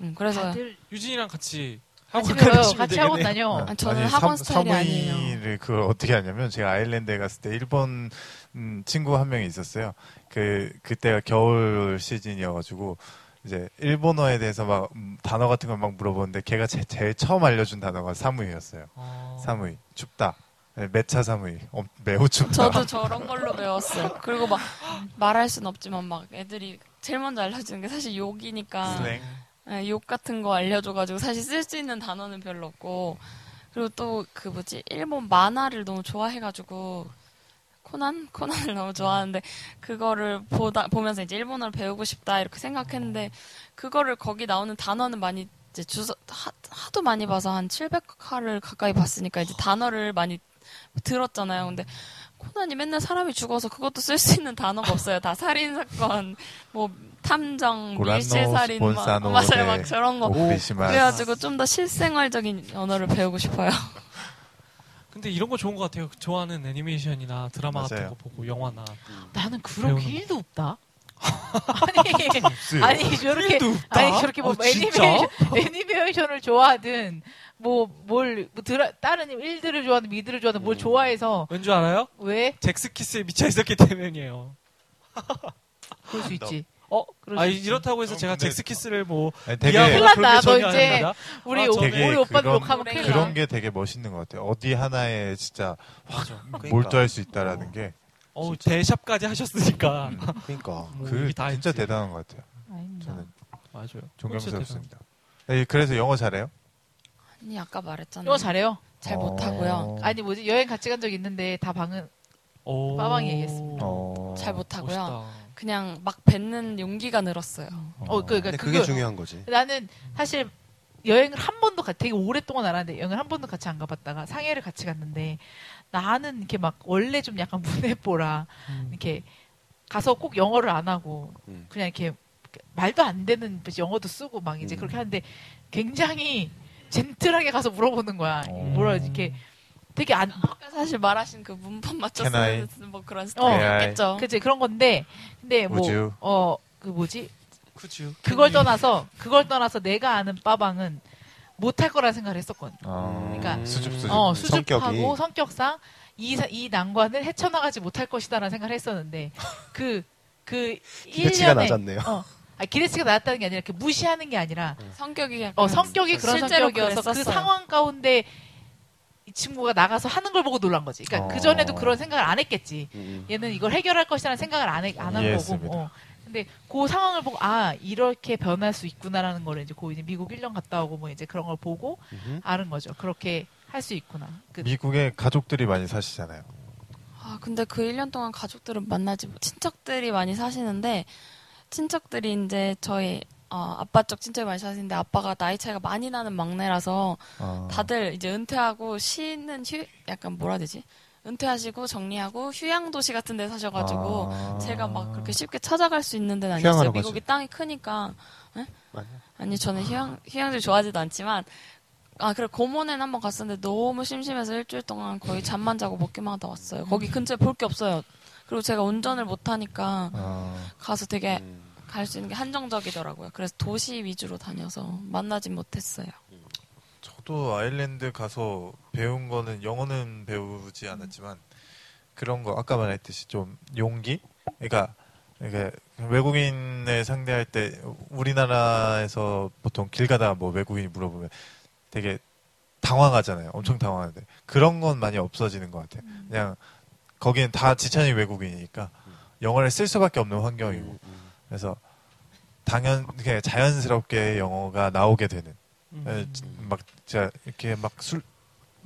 음, 그래서
다들
유진이랑 같이
같이
학원
배워요.
가르치면
같이
되겠네요.
하고 다녀.
아, 저는 학원 스타일이 아니에요.
사무이를 그걸 어떻게 하냐면 제가 아일랜드에 갔을 때 일본 음, 친구 한 명이 있었어요. 그 그때가 겨울 시즌이어가지고 이제 일본어에 대해서 막 음, 단어 같은 걸 막 물어보는데 걔가 제, 제일 처음 알려준 단어가 사무이였어요.
어.
사무이 춥다. 네, 매차 사무이 어, 매우 춥다. [laughs]
저도 저런 걸로 배웠어요. 그리고 막 말할 순 없지만 막 애들이 제일 먼저 알려주는 게 사실
네.
욕이니까
슬랭.
예, 욕 같은 거 알려줘가지고 사실 쓸 수 있는 단어는 별로 없고 그리고 또 그 뭐지 일본 만화를 너무 좋아해가지고 코난 [laughs] 코난을 너무 좋아하는데 그거를 보다 보면서 이제 일본어를 배우고 싶다 이렇게 생각했는데 그거를 거기 나오는 단어는 많이 이제 주소 하, 하도 많이 봐서 한 700화를 가까이 봤으니까 이제 단어를 많이 들었잖아요. 근데 코난이 맨날 사람이 죽어서 그것도 쓸 수 있는 단어가 없어요. 다 살인 사건, 뭐 탐정,
고란노,
밀실 살인, 막
스폰사노,
맞아요,
네.
막 저런 거.
오크리시마.
뭐 그래가지고 좀 더 실생활적인 언어를 배우고 싶어요.
근데 이런 거 좋은 것 같아요. 좋아하는 애니메이션이나 드라마 같은
맞아요.
거 보고 영화나
나는 그런
배우는 네.
게 1도 없다.
[laughs]
아니, 아니 저렇게
일도 없다?
아니 저렇게 뭐
어, 진짜?
애니메이션 애니메이션을 좋아하든 뭐 뭘 드라 다른 일들을 좋아하든 미드를 좋아하든
음.
뭘 좋아해서
왠 줄 알아요?
왜
잭스키스에 미쳐 있었기 때문이에요.
그럴 수 있지.
어,
그럴
아
수 있지.
이렇다고 해서
어,
제가
근데-
잭스키스를 뭐
아니,
이해하거나
되게
큰일
그런 게
났다.
전혀
너 이제
아닙니다.
우리
아,
오,
되게
우리 오빠도
그런-
녹화하면 큰일
그런
나.
게 되게 멋있는 것 같아요. 어디 하나에 진짜
맞아.
그러니까.
몰두할 수 있다라는 게
어, 대샵까지 하셨으니까.
그러니까
뭐
음, 그
이미 다
진짜
했지.
대단한 것 같아요.
아닙니다.
저는
맞아요.
존경스럽습니다. 네, 그래서 영어 잘해요?
아니 아까 말했잖아요.
영어 잘해요.
잘
어.
못하고요.
아니 뭐지 여행 같이 간 적 있는데 다 방은
오.
빠방이 얘기했습니다.
어.
잘 못하고요.
멋있다.
그냥 막 뱉는 용기가 늘었어요.
음.
어 그러니까
근데
그거
그게 중요한 거지.
나는 사실 여행을 한 번도 같이 되게 오랫동안 알았는데 여행을 한 번도 같이 안 가봤다가 상해를 같이 갔는데 나는 이렇게 막 원래 좀 약간 [laughs] 문해보라
음.
이렇게 가서 꼭 영어를 안 하고
음.
그냥 이렇게 말도 안 되는 영어도 쓰고 막 이제
음.
그렇게 하는데 굉장히 젠틀하게 가서 물어보는 거야
어.
뭐라 그러지? 이렇게 되게 안
아까 사실 말하신 그 문법 맞춰
Can I?
쓰는 [laughs] 뭐 그런
May I?
스타일이겠죠.
그치 그런 건데 근데 뭐
우주.
어 그 뭐지
그죠.
그걸 떠나서 그걸 떠나서 내가 아는 빠방은 못할 거라 생각을 했었거든.
어.
그러니까-
수줍 네. 수줍.
어,
성격이.
수줍하고 성격이. 상 이, 사- 이 난관을 헤쳐나가지 못할 것이다라는 생각을
[laughs]
했었는데 그, 그
기대치가
1년에
낮았네요.
어, 아, 기대치가 낮았다는 게 아니라 이렇게 무시하는 게 아니라
그 성격이 약간
음,
어, 성격이 그런
실제로
성격이어서 그
그랬었어요.
상황 가운데 이 친구가 나가서 하는 걸 보고 놀란 거지. 그러니까
어.
그 전에도 그런 생각을 안 했겠지. 얘는 이걸 해결할 것이라는 생각을 안, 해- 안한
이해했습니다.
거고. 어. 근데 그 상황을 보고 아 이렇게 변할 수 있구나라는 거를 이제 고 이제 미국 1년 갔다 오고 뭐 이제 그런 걸 보고
음흠.
아는 거죠. 그렇게 할 수 있구나. 그
미국에 가족들이 많이 사시잖아요.
아, 근데 그 1년 동안 가족들은 만나지, 친척들이 많이 사시는데, 친척들이 이제 저희, 어, 아빠 쪽 친척이 많이 사시는데, 아빠가 나이 차이가 많이 나는 막내라서,
어.
다들 이제 은퇴하고 쉬는 휴, 약간 뭐라 해야 되지? 은퇴하시고 정리하고 휴양도시 같은 데 사셔가지고,
아.
제가 막 그렇게 쉽게 찾아갈 수 있는 데는
휴양하러
아니었어요.
가지.
미국이 땅이 크니까. 에?
맞나?
아니, 저는 휴양, 휴양지 좋아하지도 않지만, 아, 그래, 고모네는 한번 갔었는데 너무 심심해서 일주일 동안 거의 잠만 자고 먹기만 하다 왔어요. 거기 근처에 볼 게 없어요. 그리고 제가 운전을 못하니까
아.
어.
가서
예.
되게 갈 수 있는 게 한정적이더라고요. 그래서 도시 위주로 다녀서 만나진 못했어요.
또 아일랜드 가서 배운 거는 영어는 배우지 않았지만 그런 거 아까 말했듯이 좀 용기 그러니까 이게 외국인을 상대할 때 우리나라에서 보통 길 가다 뭐 외국인이 물어보면 되게 당황하잖아요. 엄청 당황하는데 그런 건 많이 없어지는 것 같아요.
음,
그냥 거기는 다 지천이 외국인이니까 영어를 쓸 수밖에 없는 환경이고
음.
그래서 당연 그냥 자연스럽게 영어가 나오게 되는
음.
에, 지- 예, 막 진짜 이렇게 막 술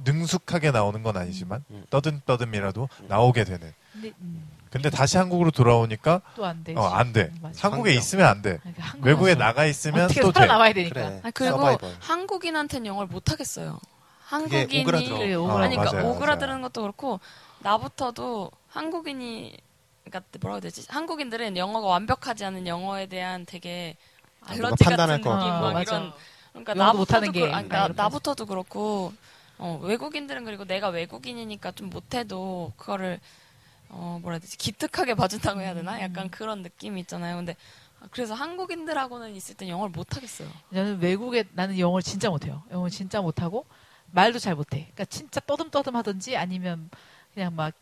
능숙하게 나오는 건 아니지만
음.
떠듬떠듬이라도 나오게 되는
근데 음,
근데 다시 한국으로 돌아오니까
또안 되지.
어, 안 돼.
음, 맞아.
한국에
환경.
있으면 안 돼.
그러니까 한국은
외국에 나가 있으면
어떻게
또 돼.
그러니까. 살아남아야 되니까.
그래.
아, 그리고
서바이벌.
한국인한테는 영어를 못하겠어요.
그게
한국인이
오그라들어.
그래,
어,
오그라들어.
아니 그러니까
맞아요, 맞아요.
오그라드는 것도 그렇고 나부터도 한국인이 그러니까 뭐라고 해야 되지? 한국인들은 영어가 완벽하지 않은 영어에 대한 되게
아, 누가
알러지
판단할
같은
것
느낌
같고.
아,
막
맞아.
뭐 이런 그러니까
영어도
나부터도
못하는 게
그, 아니,
그러니까
나,
이렇게
나부터도 그렇고 어, 외국인들은 그리고 내가 외국인이니까 좀 못해도 그거를 어 뭐라 해야 되지 기특하게 봐준다고 해야 되나
음.
약간 그런 느낌이 있잖아요 근데 그래서 한국인들하고는 있을 땐 영어를 못하겠어요
나는 외국에 나는 영어를 진짜 못해요. 영어 를 진짜 못하고 말도 잘 못해. 그러니까 진짜 떠듬떠듬 하든지 아니면 그냥 막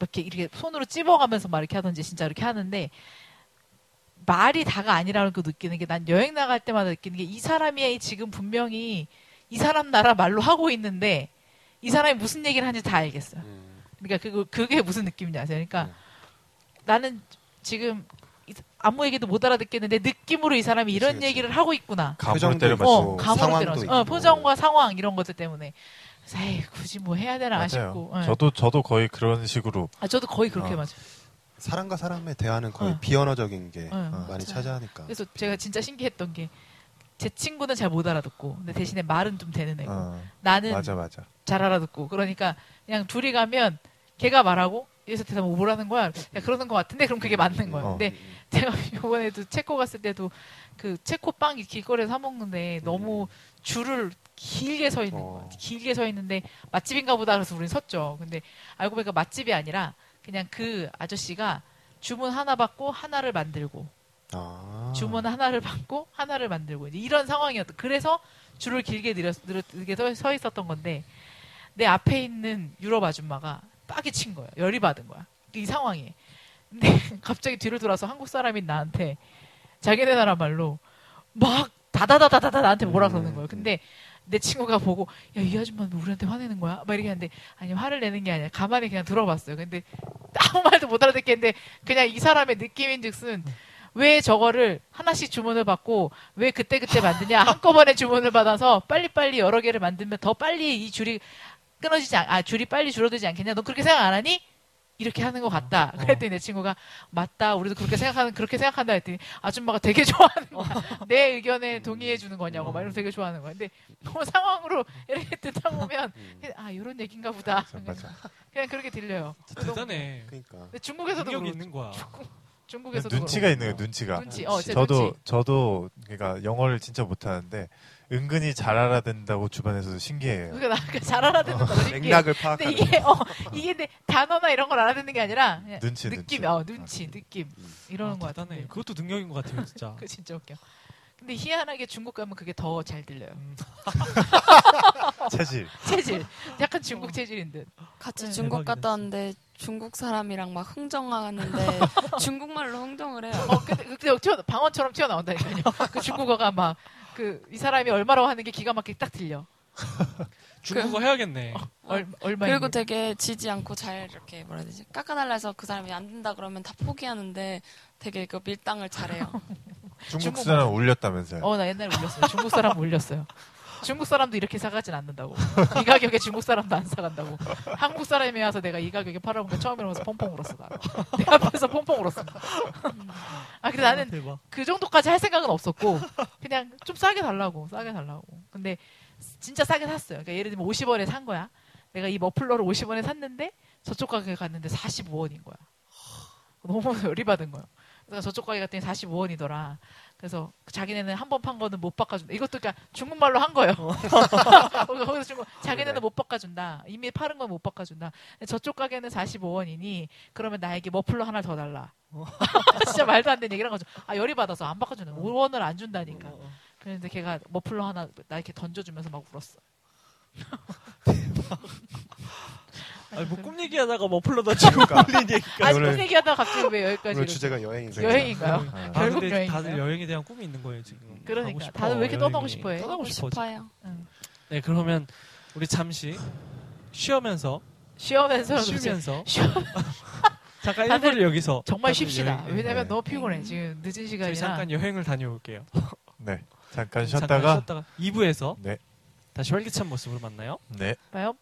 이렇게 이렇게 손으로 찝어가면서 막 이렇게 하든지 진짜 이렇게 하는데 말이 다가 아니라는 걸 느끼는 게 난 여행 나갈 때마다 느끼는 게 이 사람이 지금 분명히 이 사람 나라 말로 하고 있는데 이 사람이 무슨 얘기를 하는지 다 알겠어요. 그러니까 그 그게 무슨 느낌인지 아세요? 그러니까
네.
나는 지금 이- 아무 얘기도 못 알아듣겠는데 느낌으로 이 사람이 이런
그치, 그치.
얘기를 하고 있구나.
감으로
표정도
때려
있고.
맞고.
어,
맞고,
감으로
상황도
때려서
있고.
어, 표정과 상황 이런 것들 때문에 그래서 에이 굳이 뭐 해야 되나
맞아요.
아쉽고 예.
저도 저도 거의 그런 식으로
아, 저도 거의 그렇게
어.
맞아요.
사람과 사람의 대화는 거의
어.
비언어적인 게
어,
많이
맞아요.
차지하니까.
그래서 제가 진짜 신기했던 게 제 친구는 잘 못 알아듣고 근데 대신에 말은 좀 되는 애고
어,
나는
맞아 맞아.
잘 알아듣고 그러니까 그냥 둘이 가면 걔가 말하고 여기서 대답 뭐 뭐라는 거야? 야, 그러는 것 같은데 그럼 그게 맞는 거야.
어.
근데 제가 [laughs] 이번에도 체코 갔을 때도 그 체코 빵 길거리에서 사 먹는데 너무 줄을 길게 서 있는
음. 어.
거야. 길게 서 있는데 맛집인가 보다 그래서 우린 섰죠. 근데 알고 보니까 맛집이 아니라 그냥 그 아저씨가 주문 하나 받고 하나를 만들고
아.
주문 하나를 받고 하나를 만들고 이제 이런 상황이었던 그래서 줄을 길게 늘었, 늘게 서, 서 있었던 건데 내 앞에 있는 유럽 아줌마가 빡이 친 거예요 열이 받은 거야 이 상황에 근데 [laughs] 갑자기 뒤를 돌아서 한국 사람인 나한테 자기네 나라 말로 막 다다다다다다 나한테 뭐라 그러는 거예요 근데 내 친구가 보고 야 이 아줌마 는뭐 우리한테 화내는 거야 막 이렇게 하는데 아니 화를 내는 게 아니라 가만히 그냥 들어봤어요 근데 아무 말도 못 알아듣겠는데 그냥 이 사람의 느낌인즉슨
네.
왜 저거를 하나씩 주문을 받고 왜 그때 그때 만드냐 한꺼번에 주문을 받아서 빨리 빨리 여러 개를 만들면 더 빨리 이 줄이 끊어지지 않, 아 줄이 빨리 줄어들지 않겠냐 너 그렇게 생각 안 하니 이렇게 하는 것
어.
같다 그랬더니 내 친구가 맞다 우리도 그렇게 생각하는 그렇게 생각한다 했더니 아줌마가 되게 좋아하는
어.
거야 내 의견에
음.
동의해 주는 거냐고 막 이러면서 되게 좋아하는 거야 근데 그 상황으로 이렇게 듣다 보면 그냥 아 이런 얘기인가 보다
맞아, 맞아.
그냥 그렇게 들려요
대단해.
그러니까.
근데 중국에서도
능력이
그렇고
있는 거야.
중국에서도
눈치가
그렇고.
있는 거예요. 눈치가.
눈치 어 진짜
그러니까 저도
눈치.
저도 그러니까 영어를 진짜 못하는데 은근히 잘 알아듣는다고 주변에서도 신기해요.
그러니까 나- 그러니까 잘 알아듣는 거지. 이게-
맥락을
근데
파악하는.
이게 어 이게 내 단어나 이런 걸 알아듣는 게 아니라 그냥
눈치,
느낌
눈치. 아, 음.
어 눈치 느낌 이러는 거
아, 대단해.
같은데
그것도 능력인 것 같아요, 진짜.
그 진짜 웃겨. 근데 희한하게 중국 가면 그게 더 잘 들려요.
음,
[laughs]
체질.
체질 약간 중국 체질인 듯.
같이
네,
중국
대박이다,
갔다 왔는데 중국 사람이랑 막
[laughs]
흥정하는데 중국말로 흥정을 해요
어 근데 근데 튀어, 방언처럼 튀어나온다니까요. 그 중국어가 막 그 이 사람이 얼마라고 하는 게 기가 막히게 딱 들려.
중국어
그
해야겠네.
얼, 얼마
그리고 되게 지지 않고 잘 이렇게 뭐라 해야 되지 깎아달라 해서 그 사람이 안 된다 그러면 다 포기하는데 되게 그 밀당을 잘해요
어, 네.
중국 사람 울렸다면서요.
어나 옛날에 울렸어요. 중국 사람 울렸어요. 중국 사람도 이렇게 사가진 않는다고. 이 가격에 중국 사람도 안 사간다고. 한국 사람이 와서 내가 이 가격에 팔아본 거 처음이라면서 펑펑 울었어. 나. [laughs] 내 앞에서 펑펑 울었어. 아 근데 나는
대박.
그 정도까지 할 생각은 없었고 그냥 좀 싸게 달라고 싸게 달라고 근데 진짜 싸게 샀어요 그러니까 예를 들면 50원에 산 거야 내가 이 머플러를 50원에 샀는데 저쪽 가게 갔는데 45원인 거야 [laughs] 너무 열이 받은 거야 그래서 저쪽 가게 갔더니 45원이더라 그래서 자기네는 한 번 판 거는 못 바꿔준다 이것도 그러니까 중국말로 한 거예요
어.
[laughs] 거기서 중국 자기네는 못 바꿔준다 이미 파는 건 못 바꿔준다 저쪽 가게는 45원이니 그러면 나에게 머플러 하나 더
어.
[laughs]
어,
달라 진짜 말도 안 되는 얘기를 한 거죠. 아, 열이 받아서 안 바꿔주는 5원을 안 준다니까. 그런데 걔가 머플러 하나 나 이렇게 던져주면서 막
[laughs]
울었어. 그
아니 뭐 꿈 얘기하다가
[laughs]
머플러 다치고 걸린 얘기가
아직
그러니까 오늘-
꿈 얘기하다가 갑자기 왜 여기까지
오늘
이렇게-
주제가 여행 인생.
여행인가요?
아,
아,
결국
근데 다들
여행이네요.
여행에 대한 꿈이 있는 거예요 지금. 가고
그러니까
싶어,
다들 왜 이렇게 떠나고 싶어해?
떠나고 싶어.
싶어요.
네 그러면 우리 잠시 쉬면서
쉬어면서
쉬면서
[laughs] 쉬어
[laughs] 잠깐
다들
1부를 여기서
정말
다들
쉽시다.
여행-
왜냐면
네.
너무 피곤해 지금 늦은
저희
시간이라.
잠깐 여행을 다녀올게요.
네. 잠깐
잠깐
쉬었다가
쉬었다가 2부에서
네.
다시 활기찬 모습으로 만나요.
네.
봐요.